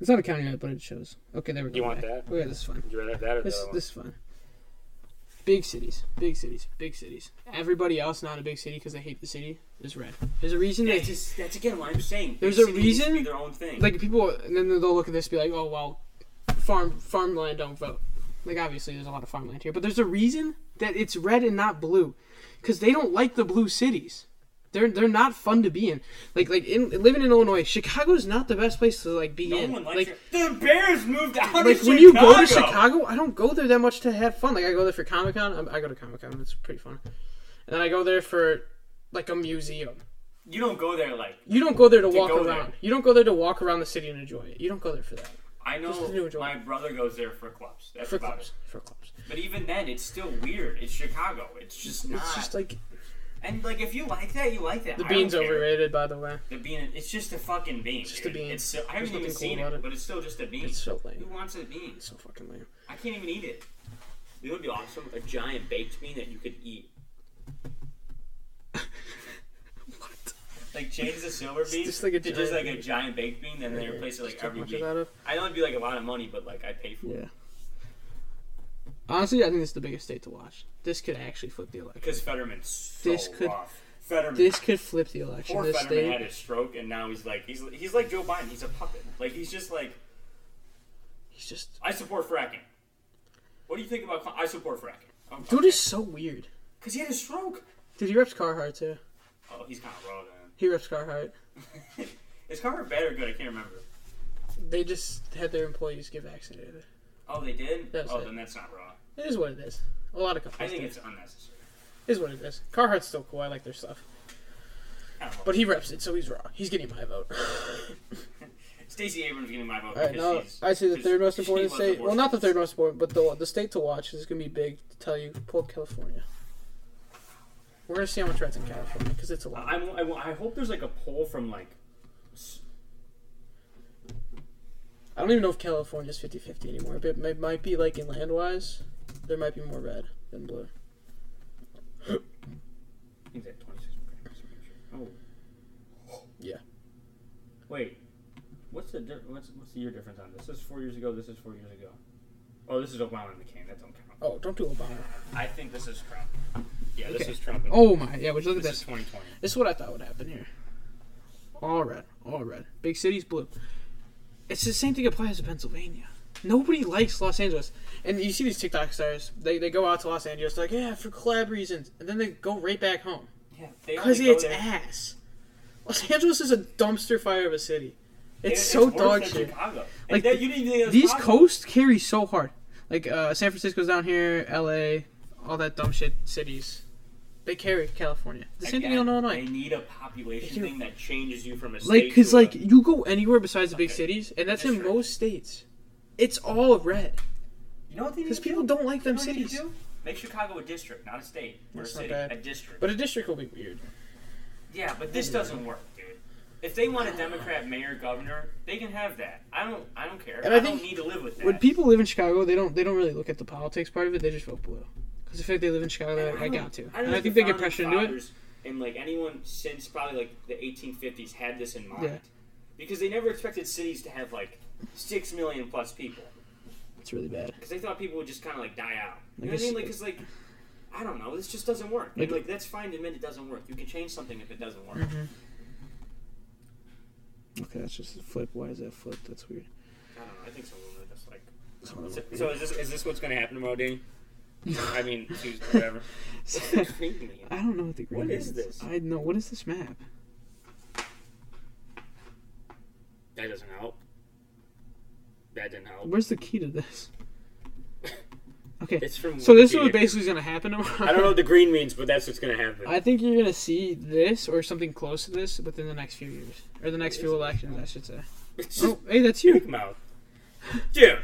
It's not a county map, but it shows. Okay, there we go.
You want
Okay.
that?
Okay, this is fine.
would you rather have that or the
This
other one?
this is fine. Big cities, big cities, big cities. Everybody else not in a big city because they hate the city is red. There's a reason they
That's just that's again what I'm saying.
There's
Each
a
city needs to
reason-
be their own thing.
like people, and then they'll look at this and be like, oh well, farm farmland don't vote. Like obviously there's a lot of farmland here, but there's a reason that it's red and not blue, because they don't like the blue cities. They're they're not fun to be in. Like like in living in Illinois, Chicago's not the best place to like be in.
No one likes
like
it. The Bears moved out of
like
Chicago.
when you go to Chicago, I don't go there that much to have fun. Like I go there for Comic Con. I go to Comic Con. It's pretty fun. And then I go there for like a museum.
you don't go there like
You don't go there to, walk
go
around.
there.
You don't go there to walk around the city and enjoy it. You don't go there for that.
I
to
know
enjoy.
my brother goes there for clubs. That's
For
about
clubs.
it.
For clubs.
But even then, it's still weird. It's Chicago. It's just not.
It's just like
and like if you like that, you like that.
the
I don't
bean's
care.
overrated, by the way.
The bean. It's just a fucking bean. It's
just a
dude.
bean.
It's so, I
There's
haven't even
nothing cool
seen
about
it,
it.
but it's still just a bean.
It's so lame.
Who wants a bean?
So fucking lame.
I can't even eat it. It would be awesome. A giant baked bean that you could eat. what? Like change the silver bean
just like a
to just
giant
like a giant baked bean, then they replace it like every
Much of
week.
that of-
I know it'd be like a lot of money, but like I'd pay for it.
Yeah. Honestly, I think this is the biggest state to watch. This could actually flip the election.
Because Fetterman's so
This could-
rough. Fetterman.
This could flip the election.
poor
This
Fetterman
state.
had a stroke, and now he's like he's he's like Joe Biden. He's a puppet. Like he's just like
He's just.
I support fracking. What do you think about? cl- I support fracking. Oh,
Dude is so weird.
Because he had a stroke.
Dude, he reps Carhartt too.
Oh, he's kind of raw then.
He reps Carhartt.
Is Carver bad or good? I can't remember.
They just had their employees get vaccinated.
Oh, they did.
That's
oh,
it.
then that's not raw.
It is what it is. A lot of
I
companies.
think
do.
it's unnecessary.
It is what it is. Carhartt's still cool. I like their stuff.
I don't know.
But he reps it, so he's raw. He's getting my vote.
Stacey Abrams getting my vote.
All right,
because
now
she's-
I say the
because
third most
she
important
was
state. Well,
abortion.
not the third most important, but the the state to watch is going to be big. To tell you, pull up California. We're going to see how much rats in California because it's a lot.
I'm, I, I hope there's like a poll from like
I don't even know if California's 50-50 anymore, but it might, might be like in land wise, there might be more red than blue.
I think that 26 grams. Oh.
Yeah.
Wait. What's the di- what's what's the year difference on this? This is four years ago. This is four years ago. Oh, this is Obama and McCain. That don't count.
Oh, don't do Obama.
I think this is Trump. Yeah, this is Trump.
Oh my, yeah. Which look at
this is
this.
2020.
This is what I thought would happen here. All red, all red. Big cities blue. It's the same thing applies to Pennsylvania. Nobody likes Los Angeles, and you see these TikTok stars. They, they go out to Los Angeles like yeah for collab reasons, and then they go right back home
Yeah, Oh, they
because
only go
it's
there-
ass. Los Angeles is a dumpster fire of a city. It's,
It-
so
worse
dog
than
shit.
Chicago.
Like,
Like that, you didn't even think it was
These
possible.
coasts carry so hard. Like uh, San Francisco's down here, L.A., all that dumb shit cities. They carry California. The same thing in
Again,
Illinois.
They need a population
do.
thing that changes you from a
Like,
state.
cause
to
like
a,
you go anywhere besides the big
Okay.
cities, and that's
That's
in
true.
most states. It's all red.
you know what they need
'cause
to
people
do?
don't like
You
them
know what they need
cities.
to do? Make Chicago a district, not a state or a
That's not
city,
bad.
a district.
But a district will be weird.
Yeah, but this doesn't work, dude. If they want a Democrat mayor, governor, they can have that. I don't. I don't care.
And I
I,
think
don't need to live with that.
When people live in Chicago, they don't they don't really look at the politics part of it. They just vote blue. Cause if they live in Chicago, they're like, I
don't-
got to.
don't
And I
the
think they get
founding
pressured into it.
fathers And like anyone since probably like the 1850s had this in mind,
Yeah.
because they never expected cities to have like six million plus people.
It's really bad.
because they thought people would just kind of like die out. You
Like
know what I mean?
a
Like,
s-
cause like, I don't know. This just doesn't work.
Like-
Like, Mm-hmm. like that's fine to admit it doesn't work. You can change something if it doesn't work.
Okay, that's just a flip. Why is that flip? That's weird.
I don't know. I think someone would just like. So, is this is this what's gonna happen tomorrow, Danny? I mean, Tuesday, whatever. What's that green mean?
I don't know what the green
What is
means.
this?
I know what is this map?
That doesn't help. That didn't help.
Where's the key to this? Okay.
It's from
so this is
Wikipedia.
what basically is gonna happen tomorrow.
I don't know what the green means, but that's what's gonna happen.
I think you're gonna see this or something close to this within the next few years or the next few elections, I should say.
It's just
Oh, hey, that's
Big
you.
Mouth, dude.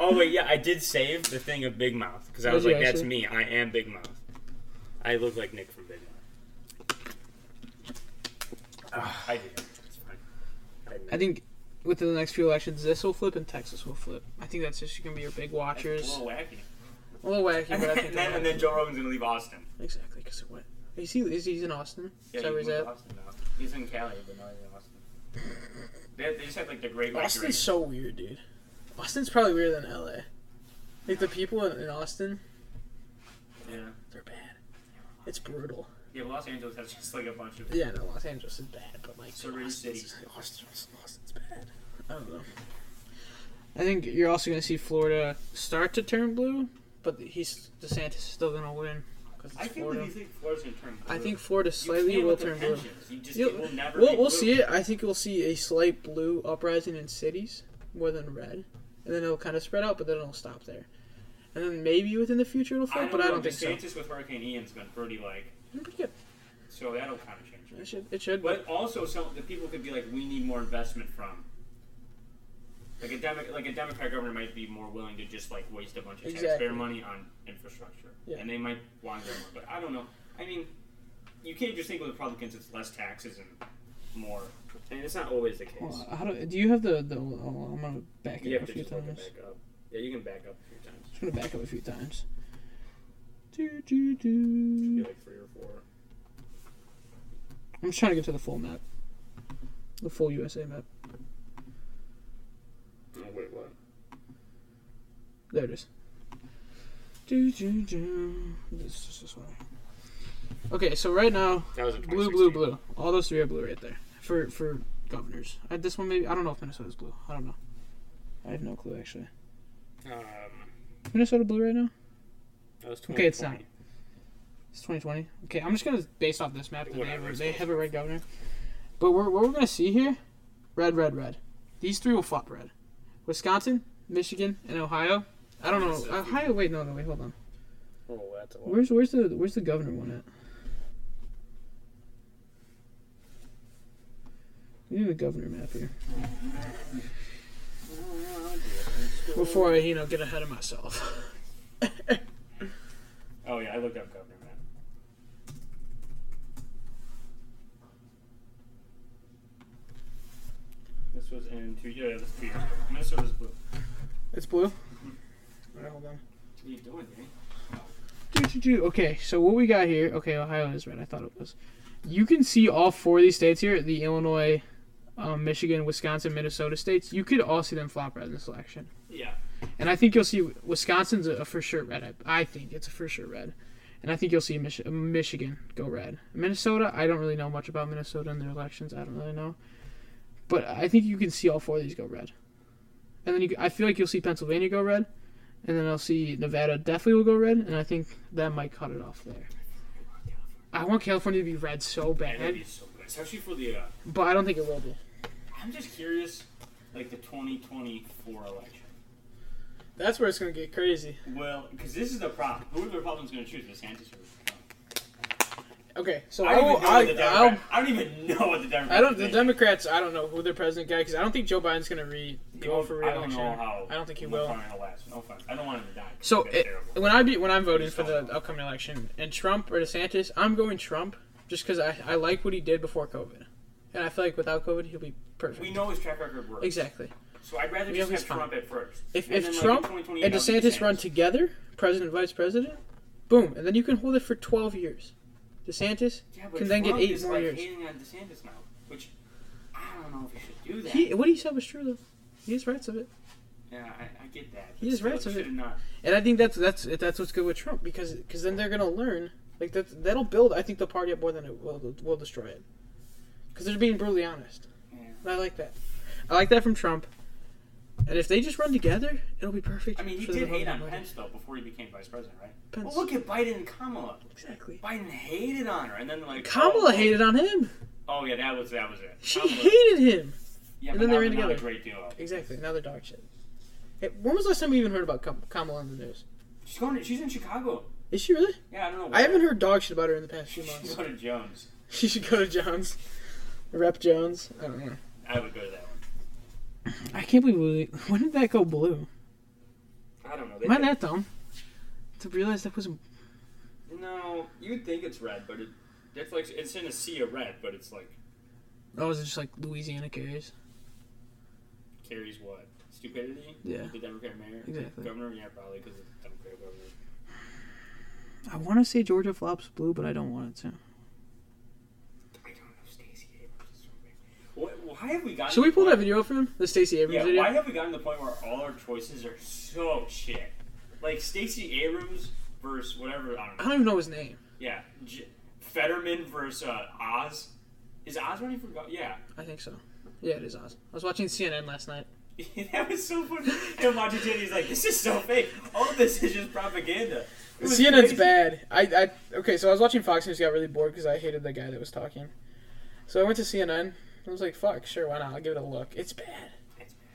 Oh wait, yeah, I did save the thing of Big Mouth because I
Did
was
you
like, that's
actually?
me. I am Big Mouth. I look like Nick from Big Mouth. Ah, I do. It's fine.
I think within the next few elections, this will flip and Texas will flip. I think that's just gonna be your big watchers.
A little wacky.
A little wacky, but I think
and, then,
they'll-
and then Joe Rogan's gonna leave Austin.
exactly because of what. Is he? Is he's in Austin?
Yeah,
Is that where
he
he's at?
Austin now. He's in Cali, but now he's in Austin. They, they just have like the great white
Austin's
race.
so weird, dude. Austin's probably weirder than LA. Like the people in, in Austin,
Yeah.
they're bad. It's brutal.
yeah, but Los Angeles has just like a bunch of.
Yeah, no, Los Angeles is bad, but like
Surrounding
Austin's-
cities.
Austin's, Austin's bad. I don't know. I think you're also going to see Florida start to turn blue, but he's DeSantis is still going to win
I can't believe you think Florida's gonna turn blue.
I think Florida
you
slightly
can't
will
with the
turn blue.
pensions. You just,
You-
it will never
We'll,
be
we'll
blue.
see it. I think we'll see a slight blue uprising in cities more than red, and then it'll kind of spread out, but then it'll stop there. And then maybe within the future it'll
I
flip,
don't
but I
know,
don't think so.
DeSantis with Hurricane Ian's been pretty like,
Pretty good.
so that'll kind of change it.
It should. It should.
But also, some the people could be like, we need more investment from. Like a Demo- like a Democrat governor might be more willing to just like waste a bunch of
Exactly.
taxpayer money on infrastructure,
Yeah.
and they might want to go more. But I don't know. I mean, you can't just think with Republicans it's less taxes and more. And it's not always the case.
Well, how do, do you have the the? Oh, I'm gonna back it
you
up
have
a
to
few
just look it
times. Hmm.
back up. Yeah, you can back up a few times.
I'm gonna back up a few times. Do do do.
Be like three or four.
I'm just trying to get to the full map. The full USA map.
Oh, wait, what?
There it is. Do do do. This is this one. Okay, so right now,
That was in
blue, blue,
2016.
blue. All those three are blue right there for for governors. I, this one maybe I don't know if Minnesota's blue. I don't know. I have no clue actually.
Um,
Minnesota blue right now?
that was 2020.
Okay, it's not. It's 2020. Okay, I'm just gonna based off this map that they
Whatever,
have,
it's
they
close.
have a red governor. But we're, what we're gonna see here, red, red, red. These three will flop red. Wisconsin, Michigan, and Ohio. I don't know. Ohio. Wait, no, no, wait, hold on.
Oh, that's a lot.
Where's where's the where's the governor one at? We need a governor map here. Before I, you know, get ahead of myself.
Oh yeah, I looked up governor map. This was in two years. Yeah, this was two years ago. Minnesota's blue.
It's blue. Alright, hold on.
What are you doing, Danny?
Doo, doo, doo. Okay, so what we got here? Okay, Ohio is red. I thought it was. You can see all four of these states here: the Illinois, um, Michigan, Wisconsin, Minnesota states. You could all see them flop red in this election,
Yeah.
and I think you'll see Wisconsin's a, a for sure red. I, I think it's a for sure red, and I think you'll see Mich- Michigan go red. Minnesota, I don't really know much about Minnesota and their elections. I don't really know, but I think you can see all four of these go red, and then you, I feel like you'll see Pennsylvania go red and then I'll see Nevada definitely will go red, and I think that might cut it off there. I want California to be red so
That'd
bad,
be so good, especially for the. Uh,
but I don't think it will be.
I'm just curious, like the 2024 election.
That's where it's gonna get crazy.
Well, because this is the problem. Who are the Republicans going to choose? DeSantis or?
Okay, so
I
I,
don't
will.
even know
I,
what the
I'll,
Democrat- I don't even know what the Democrats.
I don't. The
think.
Democrats. I don't know who their president guy because I don't think Joe Biden's gonna re
He
go
won't-
for
I don't
re-election.
know how.
I don't think he
what
will.
time he'll last. No offense. I don't want him to die.
So
That'd be
it,
terrible.
when I be when I'm voting for
don't
the upcoming election and Trump or DeSantis, I'm going Trump just because I, I like what he did before COVID, and I feel like without COVID he'll be perfect.
we know his track record works.
exactly.
So I'd rather
We
just
know he's
have Trump at first.
If,
And
if
then, like, in
Trump
2028,
and
I'll
DeSantis
be
run together, president vice president, boom, and then you can hold it for 12 years. DeSantis
Yeah, but
can then
Trump
get eight
is,
more
like,
years.
hating on DeSantis now, which I don't know if he should do that.
He, what he said was true, though. He has rights of it,
yeah, I, I get that.
He is
Still,
right to
should
it.
Not.
and I think that's that's that's what's good with Trump because because then they're gonna learn like that that'll build I think the party up more than it will will destroy it because they're being brutally honest.
Yeah.
And I like that. I like that from Trump. And if they just run together, it'll be perfect.
I mean, he
for the
did hate
Republican
on
Party.
Pence though before he became vice president, right?
Pence.
Well, look Oh, at Biden and Kamala.
Exactly.
Biden hated on her, and then like
Kamala
oh,
hated on him.
Oh yeah, that was that was it.
She
Kamala-
hated him.
Yeah,
and
but
then
now
they ran
they're not
together.
A great duo.
Exactly. Another dog shit. Hey, when was the last time we even heard about Kam- Kamala on the news?
She's going. To, she's in Chicago.
Is she really?
Yeah, I don't know.
I haven't heard dog shit about her in the past few
She's
months.
going to Jones.
she should go to Jones. Rep Jones. I don't know.
I would go to that one.
I can't believe we- when did that go blue?
I don't know. They
Am I
did-
that dumb? To realize that wasn't.
No, you'd think it's red, but it, it's like it's in a sea of red, but it's like
Oh, is it just like Louisiana carries?
carries what stupidity.
Yeah.
The Democrat mayor,
Exactly.
governor, yeah, probably because it's the Democrat governor.
I want to say Georgia flops blue, but I don't want it to.
I don't know, Stacey Abrams. Is so big. Wh- Why have we gotten?
Should we
to
pull
the
that
point-
video up for him? The Stacey Abrams
Yeah.
video.
Why have we gotten to the point where all our choices are so shit? Like Stacey Abrams versus whatever. I don't
I
know.
don't even know his name.
Yeah. J- Fetterman versus uh, Oz. Is Oz running for? go- Yeah.
I think so. Yeah, it is Oz. I was watching CNN last night.
that was so funny. And watching Jenny's like, this is so fake. All of this is just propaganda. It was
CNN's
crazy.
bad. I, I okay, so I was watching Fox News, got really bored because I hated the guy that was talking. So I went to CNN. I was like, "Fuck, sure, why not? I'll give it a look." It's bad.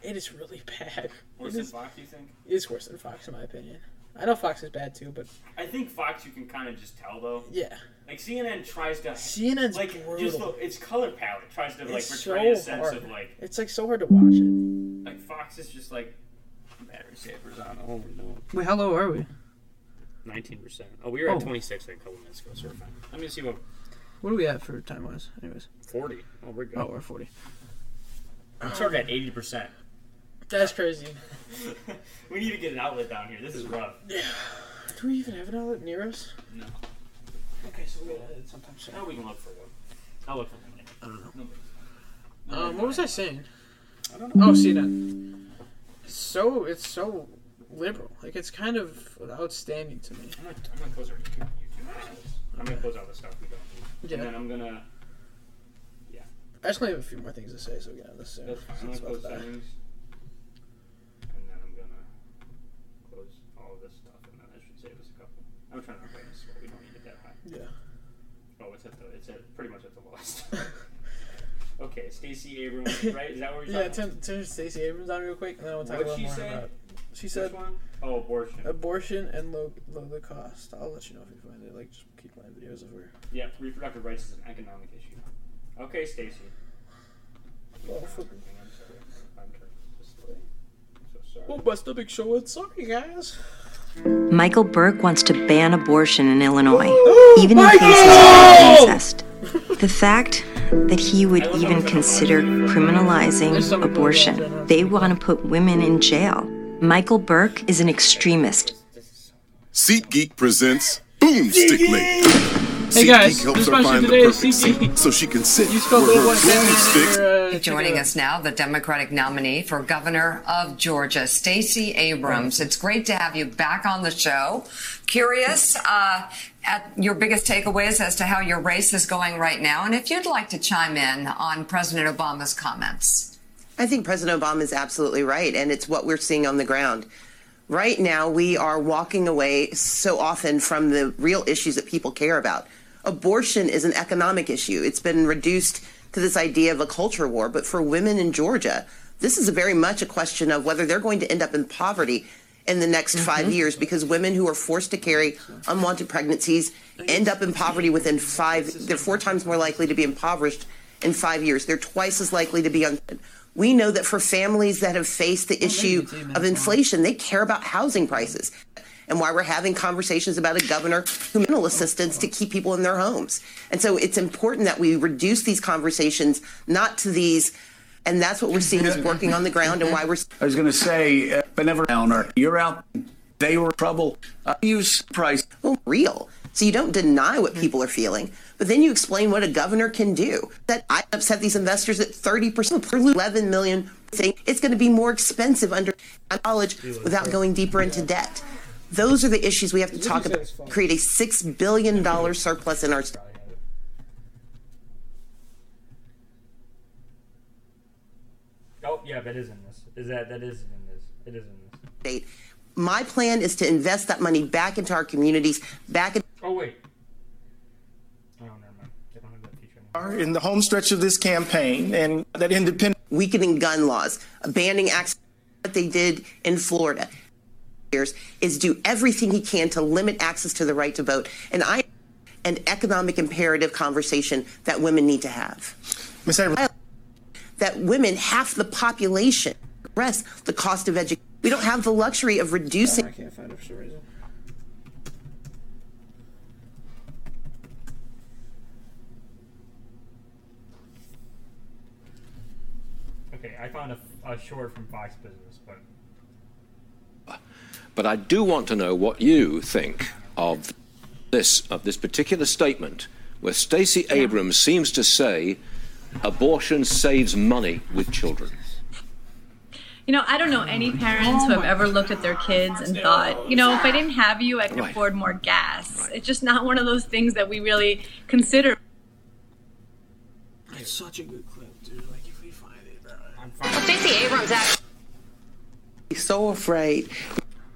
It is really bad. it
Worse than
is,
Fox, you think?
it's worse than Fox, in my opinion. I know Fox is bad too, but
I think Fox, you can kind of just tell though.
yeah,
Like CNN tries to
CNN's
like just
brutal.
the, its color palette tries to like
it's
portray a
so
sense
hard.
of like
It's like so hard to watch it.
like Fox is just like battery savers on over and over.
Wait, how low are we?
Oh, Nineteen percent. Oh, we were at
Oh.
twenty six like a couple minutes ago, so we're fine. Let me see what
What are we at for time wise? Anyways,
forty. Oh, we're good.
oh, we're forty.
we started at eighty percent.
That's crazy.
We need to get an outlet down here. This is rough.
Do we even have an outlet near us?
No.
Okay, so we gotta edit sometime soon.
No, we can look for one. I'll look for one. later.
Um, what was I saying? I don't know. Oh, CNN. So it's so liberal. Like it's kind of outstanding to me.
I'm gonna, I'm gonna close our YouTube. I'm gonna close all the stuff we don't need. And then
Yeah.
I'm gonna
I just only have a few more things to say, so we can have this soon.
That's fine. I'm
It's
gonna
about
close
to die.
settings, and then I'm gonna close all of this stuff, and then that should save us a couple. I'm trying to play this, but we don't need it that high.
Yeah.
Oh, it's at the, it's at pretty much at the lowest. okay, Stacey Abrams, right? Is that what you're
Yeah, Tim,
talking
Tim Stacey Abrams on real quick, and then we'll talk
What'd
a little
she
more
say?
about. She
about?
said
Which one? Oh, abortion.
abortion and low, low the cost. I'll let you know if you find it. Like, just keep playing videos of her.
yeah, reproductive rights is an economic issue. Okay, Stacey.
Oh,
I'm
fuck.
sorry. I'm turning this way. I'm so sorry.
Well, my stomach showing. Sorry, guys.
Michael Burke wants to ban abortion in Illinois, even in
Michael!
cases of incest. The fact that he would even consider criminalizing abortion, they want to put women in jail. Michael Burke is an extremist.
SeatGeek presents Boomstickly.
Hey guys,
helps
this
her
sponsor
find
today
the
is
perfect
CC.
seat so she can sit
You spelled
where
little
her
one cat
boomstick.
in your, uh,
Joining
chicken.
us now, the Democratic nominee for governor of Georgia, Stacey Abrams. It's great to have you back on the show. Curious uh, at your biggest takeaways as to how your race is going right now, and if you'd like to chime in on President Obama's comments.
I think President Obama is absolutely right, and it's what we're seeing on the ground. Right now, we are walking away so often from the real issues that people care about. Abortion is an economic issue. It's been reduced to this idea of a culture war, but for women in Georgia, this is very much a question of whether they're going to end up in poverty in the next five years because women who are forced to carry unwanted pregnancies end up in poverty within five, they're four times more likely to be impoverished in five years. They're twice as likely to be on. We know that for families that have faced the issue of inflation, they care about housing prices and why we're having conversations about a governor who mental assistance to keep people in their homes. And so it's important that we reduce these conversations not to these and that's what we're seeing is working on the ground and why we're
I was going to say, uh, but never downer. You're out. They were trouble. I use price.
well, real. So you don't deny what people are feeling, but then you explain what a governor can do. That I upset these investors at 30%, per 11 million thing. It's going to be more expensive under college without going deeper into debt. Those are the issues we have to talk about. Create a $6 billion surplus in our state.
Oh, yeah, that is in this. Is that that is in this? It is in this.
state. My plan is to invest that money back into our communities, back in
Oh wait. Oh, never mind. They don't have that feature anymore.
In the home stretch of this campaign and that independent.
weakening gun laws, banning access. What they did in Florida years is do everything he can to limit access to the right to vote. And I, an economic imperative conversation that women need to have.
Miss Abrams.
That women, half the population, rest the cost of education. We don't have the luxury of reducing.
I can't find it for some reason.
Okay, I found a, a short from Fox Business, but
But I do want to know what you think of this of this particular statement where Stacey Abrams seems to say abortion saves money with children.
You know, I don't know any parents who have ever looked at their kids and thought, you know, if I didn't have you, I could
Right.
afford more gas. It's just not one of those things that we really consider.
It's such a good clip, dude. Like if we find it, bro.
Stacey Abrams actually.
so afraid.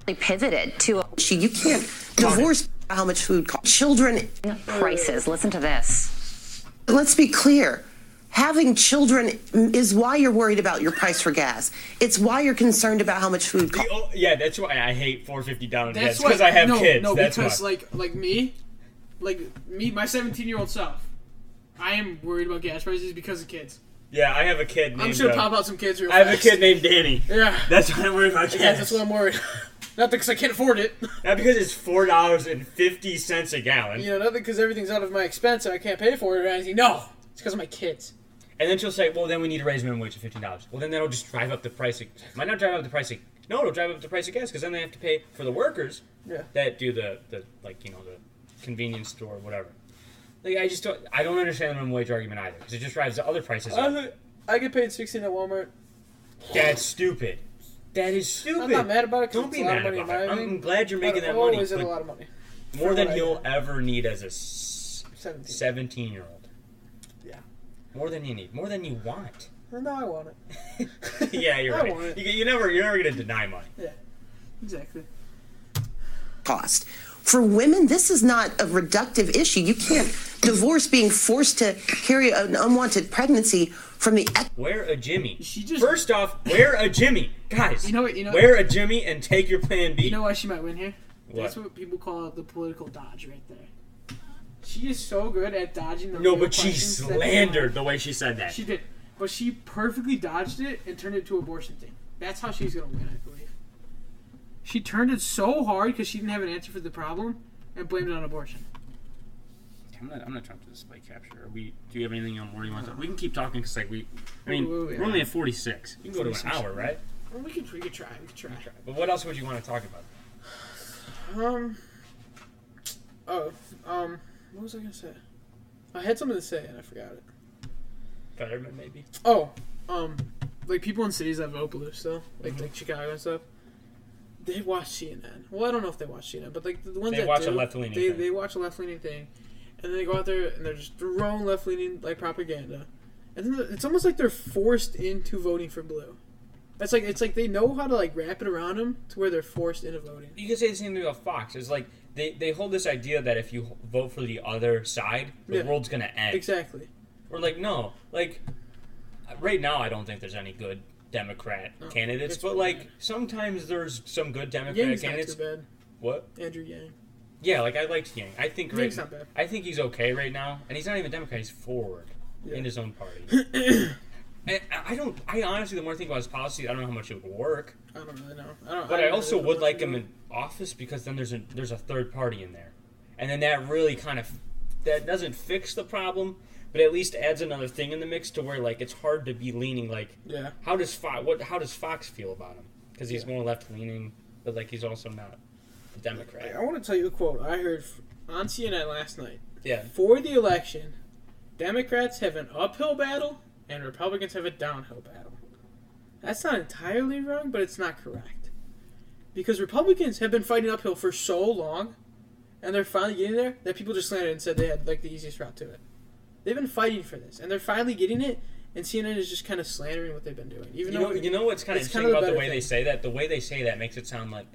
Pivoted to a
She, you can't divorce how much food costs. Children
prices. Listen to this.
let's be clear. Having children is why you're worried about your price for gas. It's why you're concerned about how much food costs.
Yeah, that's why I hate 450 down.
That's
That's
why-
because I have
no,
kids.
No,
that's
because
why.
like like me, like me, my 17 year old self, I am worried about gas prices because of kids.
yeah, I have a kid. Named,
I'm sure
uh,
pop out some kids. Real
I have a
fast.
kid named Danny.
Yeah.
That's why I'm worried about
Yeah,
gas.
that's what I'm worried. Not because I can't afford it.
Not because it's four dollars and fifty cents a gallon.
You know, nothing because everything's out of my expense and I can't pay for it or anything. No, it's because of my kids.
And then she'll say, "Well, then we need to raise minimum wage to fifteen dollars." Well, then that'll just drive up the price. Of, might not drive up the price. Of, no, it'll drive up the price of gas because then they have to pay for the workers
Yeah.
that do the, the like you know the convenience store whatever. Like I just don't I don't understand the minimum wage argument either because it just drives the other prices up.
I, I get paid 16 at Walmart.
That's stupid. That is stupid.
I'm not mad about it. 'cause
Don't
it's
be
a lot
mad
of money in
about it.
my
I'm
opinion.
glad you're
But
making that
oh,
money,
Is it a
but
lot of money?
More
For
than
what I
you'll
get.
ever need as a seventeen year old.
Yeah.
More than you need. More than you want.
Well, No, I want it.
yeah, you're
I
right.
want it.
You, you never you're never gonna deny money.
Yeah, exactly.
cost. For women, this is not a reductive issue. You can't divorce being forced to carry an unwanted pregnancy from the ec-
Wear a Jimmy. She just first off, wear a Jimmy, guys.
You know what? You know
wear a Jimmy and take your Plan B.
You know why she might win here?
What?
That's what people call the political dodge right there. She is so good at dodging the.
no,
real
but she
questions that people
slandered the way she said that.
She did, but she perfectly dodged it and turned it into abortion thing. That's how she's gonna win, I believe. She turned it so hard because she didn't have an answer for the problem and blamed it on abortion.
I'm not. I'm not trying to display capture. Are we. Do you have anything on where you want to? We can keep talking because like we. I mean,
Wait, wait, wait.
we're only at 46. We can go to an
46.
hour, right?
Well, we could we could try we could try.
But what else would you want to talk about?
Um. Oh. Um. What was I gonna say? I had something to say and I forgot it.
Fetterman, maybe.
Oh, um, like people in cities that vote blue still, like
Mm-hmm.
like Chicago and stuff. They watch CNN. Well, I don't know if they watch CNN, but like the ones
They
that
watch a
do,
left-leaning
they
thing.
they watch a left leaning thing, and then they go out there and they're just throwing left leaning like propaganda, and then it's almost like they're forced into voting for blue. That's like it's like they know how to like wrap it around them to where they're forced into voting.
You can say the same thing about Fox. It's like they, they hold this idea that if you vote for the other side, the
Yeah.
world's gonna end.
Exactly.
We're like, no, like right now, I don't think there's any good Democrat
No,
candidates,
it's
but like sometimes there's some good Democrat
Yang's not
candidates.
too bad.
What?
Andrew Yang.
Yeah, like I liked Yang. I think right,
Yang's not bad.
I think he's okay right now, and he's not even Democrat. He's forward
Yeah.
in his own party. and I I don't. I honestly, the more I think about his policy, I don't know how much it would work.
I don't really know. I don't.
But I
don't
also
really know
would
much
like
about
him in office because then there's a there's a third party in there, and then that really kind of that doesn't fix the problem, but at least adds another thing in the mix to where like it's hard to be leaning like
Yeah.
how does Fox what how does Fox feel about him because he's more left leaning, but like he's also not a Democrat.
I want to tell you a quote I heard f- on CNN last night.
Yeah.
For the election, Democrats have an uphill battle and Republicans have a downhill battle. That's not entirely wrong, but it's not correct. Because Republicans have been fighting uphill for so long and they're finally getting there that people just slandered and said they had like the easiest route to it. They've been fighting for this and they're finally getting it and CNN is just kind of slandering what they've been doing. Even
you
though
know, you know what's kind of
it's
interesting about
better
the way they
thing.
say that? The way they say that makes it sound like,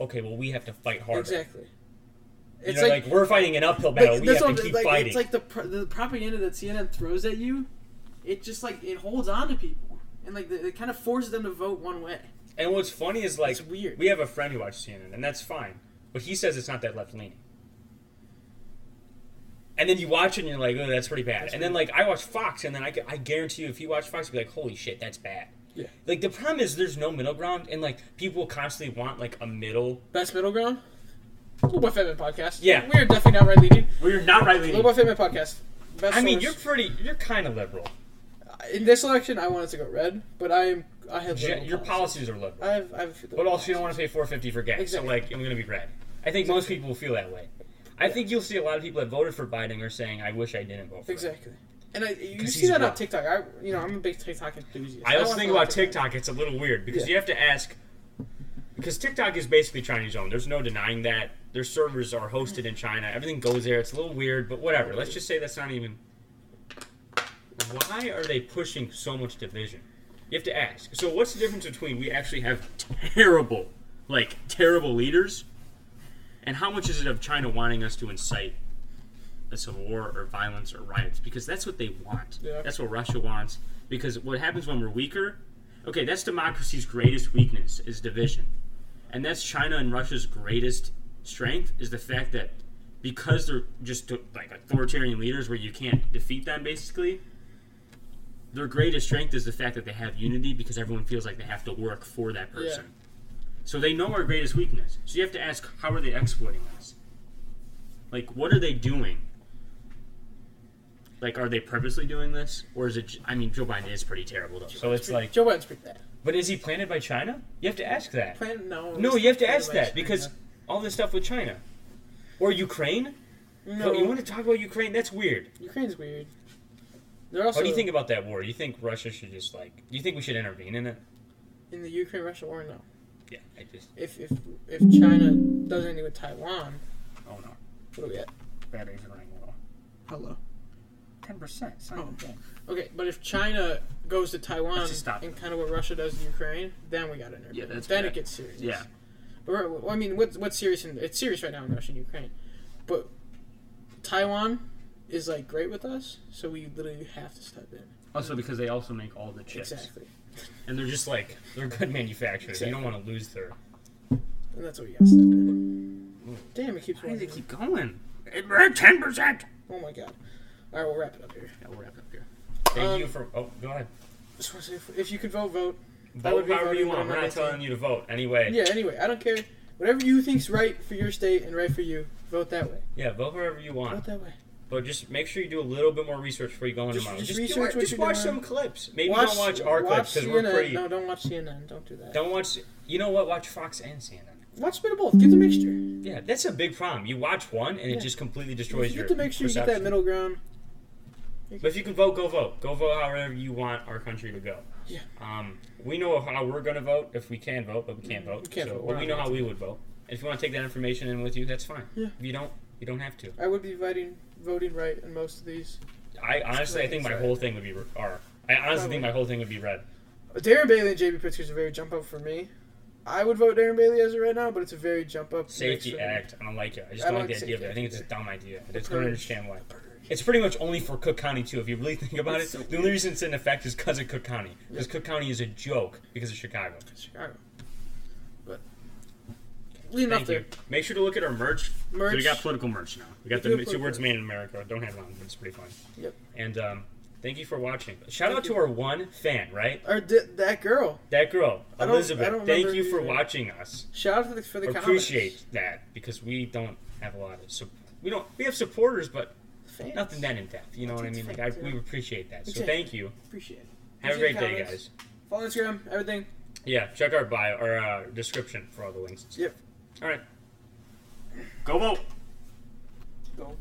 okay, well, we have to fight harder.
Exactly.
You
It's
know,
like-
like, we're fighting an uphill
Like,
battle. we
that's
have to
what I'm-
keep
like,
fighting.
It's like the pro- the propaganda that CNN throws at you. It just like it holds on to people, and like it kind of forces them to vote one way.
and what's funny is like
It's weird.
we have a friend who watches CNN, and that's fine, but he says it's not that left leaning. And then you watch it, and you're like, oh, that's pretty bad.
That's
and then like I watch Fox, and then I, gu- I guarantee you, if you watch Fox, you'll be like, holy shit, that's bad.
Yeah.
Like the problem is there's no middle ground, and like people constantly want like a middle.
Best middle ground. Little Boy Femin podcast.
Yeah.
we are definitely not right leaning.
We're not right
Little
leaning.
Boy Femin podcast. Best
I mean,
source.
you're pretty, you're kind of liberal.
in this election. I wanted to go red, but I am. I have
Gen-
liberal
your
policies.
policies are liberal.
I have. I have
But also, you don't want to pay four fifty for gas.
Exactly.
So like, I'm gonna be red. I think most people feel that way. I think you'll see a lot of people that voted for Biden are saying, "I wish I didn't vote for." Him.
exactly. And I, you
'Cause
see
he's
that
wrong.
on TikTok. I, you know, I'm a big TikTok enthusiast.
I also
watch
think
a lot
about
of
TikTok. It's a little weird because
Yeah.
you have to ask. Because TikTok is basically Chinese owned. There's no denying that. Their servers are hosted in China. Everything goes there. It's a little weird, but whatever. Let's just say that's not even. Why are they pushing so much division? You have to ask. So what's the difference between we actually have terrible, like terrible leaders, and how much is it of China wanting us to incite a civil war or violence or riots? Because that's what they want.
Yeah.
That's what Russia wants. Because what happens when we're weaker? Okay, that's democracy's greatest weakness is division, and that's China and Russia's greatest strength is the fact that because they're just like authoritarian leaders where you can't defeat them basically their greatest strength is the fact that they have unity because everyone feels like they have to work for that person. So they know our greatest weakness. So you have to ask, how are they exploiting us? Like, what are they doing? Like, are they purposely doing this, or is it? j- I mean, Joe Biden is pretty terrible, though. so it's like
Joe Biden's pretty bad.
But is he planted by China? You have to ask that.
Plan- no,
No,
it's
you have to
not
ask
planted by
that because
China.
all this stuff with China or Ukraine.
No.
you want to talk about Ukraine? That's weird.
Ukraine's weird. They're also
What do you think about that war? You think Russia should just like? Do you think we should intervene in it?
in the Ukraine Russia war now.
Yeah, I just.
If if if China does anything with Taiwan,
Oh no.
what do we at?
Batteries are running low.
Hello.
Ten percent.
Okay, but if China goes to Taiwan
Let's just stop.
and kind of what Russia does to Ukraine, then we got to
Yeah, that's
then
bad.
it gets serious.
Yeah.
But we're- well, I mean, what's what's serious? In, it's serious right now in Russia and Ukraine, but Taiwan is like great with us, so we literally have to step in.
Also, because they also make all the chips,
Exactly,
and they're just like they're good manufacturers. You don't want to lose their.
and that's what we got to step in.
Mm.
Damn, it keeps.
Why does it
going.
keep going? We're ten percent.
Oh my god! All right, we'll wrap it up here. Um,
Yeah, we'll wrap it up here. Thank you for. Oh, go ahead.
Just wanna say, if, if you could vote, vote. I
Vote
be
however you
voting, but
want.
I'm
We're
not
not
voting.
telling you to vote anyway.
Yeah. Anyway, I don't care. Whatever you think's right for your state and right for you, vote that way.
Yeah, vote however you
Vote
want.
that way.
But just make sure you do a little bit more research before you go in
Just-
tomorrow.
just
do
research
it.
what
Just
you're
watch
doing.
some clips. Maybe don't watch our clips because we're
CNN.
pretty.
No, don't watch CNN. Don't do that.
Don't watch. You know what? Watch Fox and CNN.
Watch a bit of both. Get the mixture.
Yeah, that's a big problem. You watch one and
Yeah.
it just completely destroys
If you
your.
get the mixture, you get
perception.
that middle ground.
But if you can vote, go vote. Go vote however you want our country to go.
Yeah.
Um, we know how we're going to vote if we can vote, but we can't vote.
We can't
so,
vote.
But
We're
we
not
know how we would vote. And if you want to take that information in with you, that's fine.
Yeah.
If you don't, you don't have to.
I would be voting voting right in most of these.
I honestly, I think my whole thing would be re- or I honestly think my whole thing would be red.
Darren Bailey and JB Pritzker is a very jump up for me. I would vote Darren Bailey as of right now, but it's a very jump up. mix for
Safety
me.
Act. I don't like it. I just
I
don't
like
like the idea of
Safety
it. I think it's a dumb idea. I just
purge.
don't understand why. It's pretty much only for Cook County too. If you really think about
It's so
it, the only reason it's in effect is because of Cook County. Because Cook County is a joke because of Chicago.
Chicago. But leave enough
Thank you.
there.
Make sure to look at our merch.
Merch.
So we got political merch now. We got
We do
the
have
two words
political
made in America. Don't have it on, but it's pretty fun.
Yep.
And um, thank you for watching. Shout out to our one fan, right?
Or di- that girl.
That girl,
I don't- I
Elizabeth.
don't
thank
remember
you
who
for
you-
watching us.
Shout out for the for the
Appreciate that because we don't have a lot of so we don't we have supporters, but
Fans.
nothing that in depth. You know what I mean? Like I, we appreciate that. So
Exactly.
thank you.
comments. Appreciate it.
Have a
Appreciate
great
the
day,
comments.
guys.
Follow Instagram. Everything.
Yeah, check our bio or uh, description for all the links.
Yep.
All right, go vote.
Go.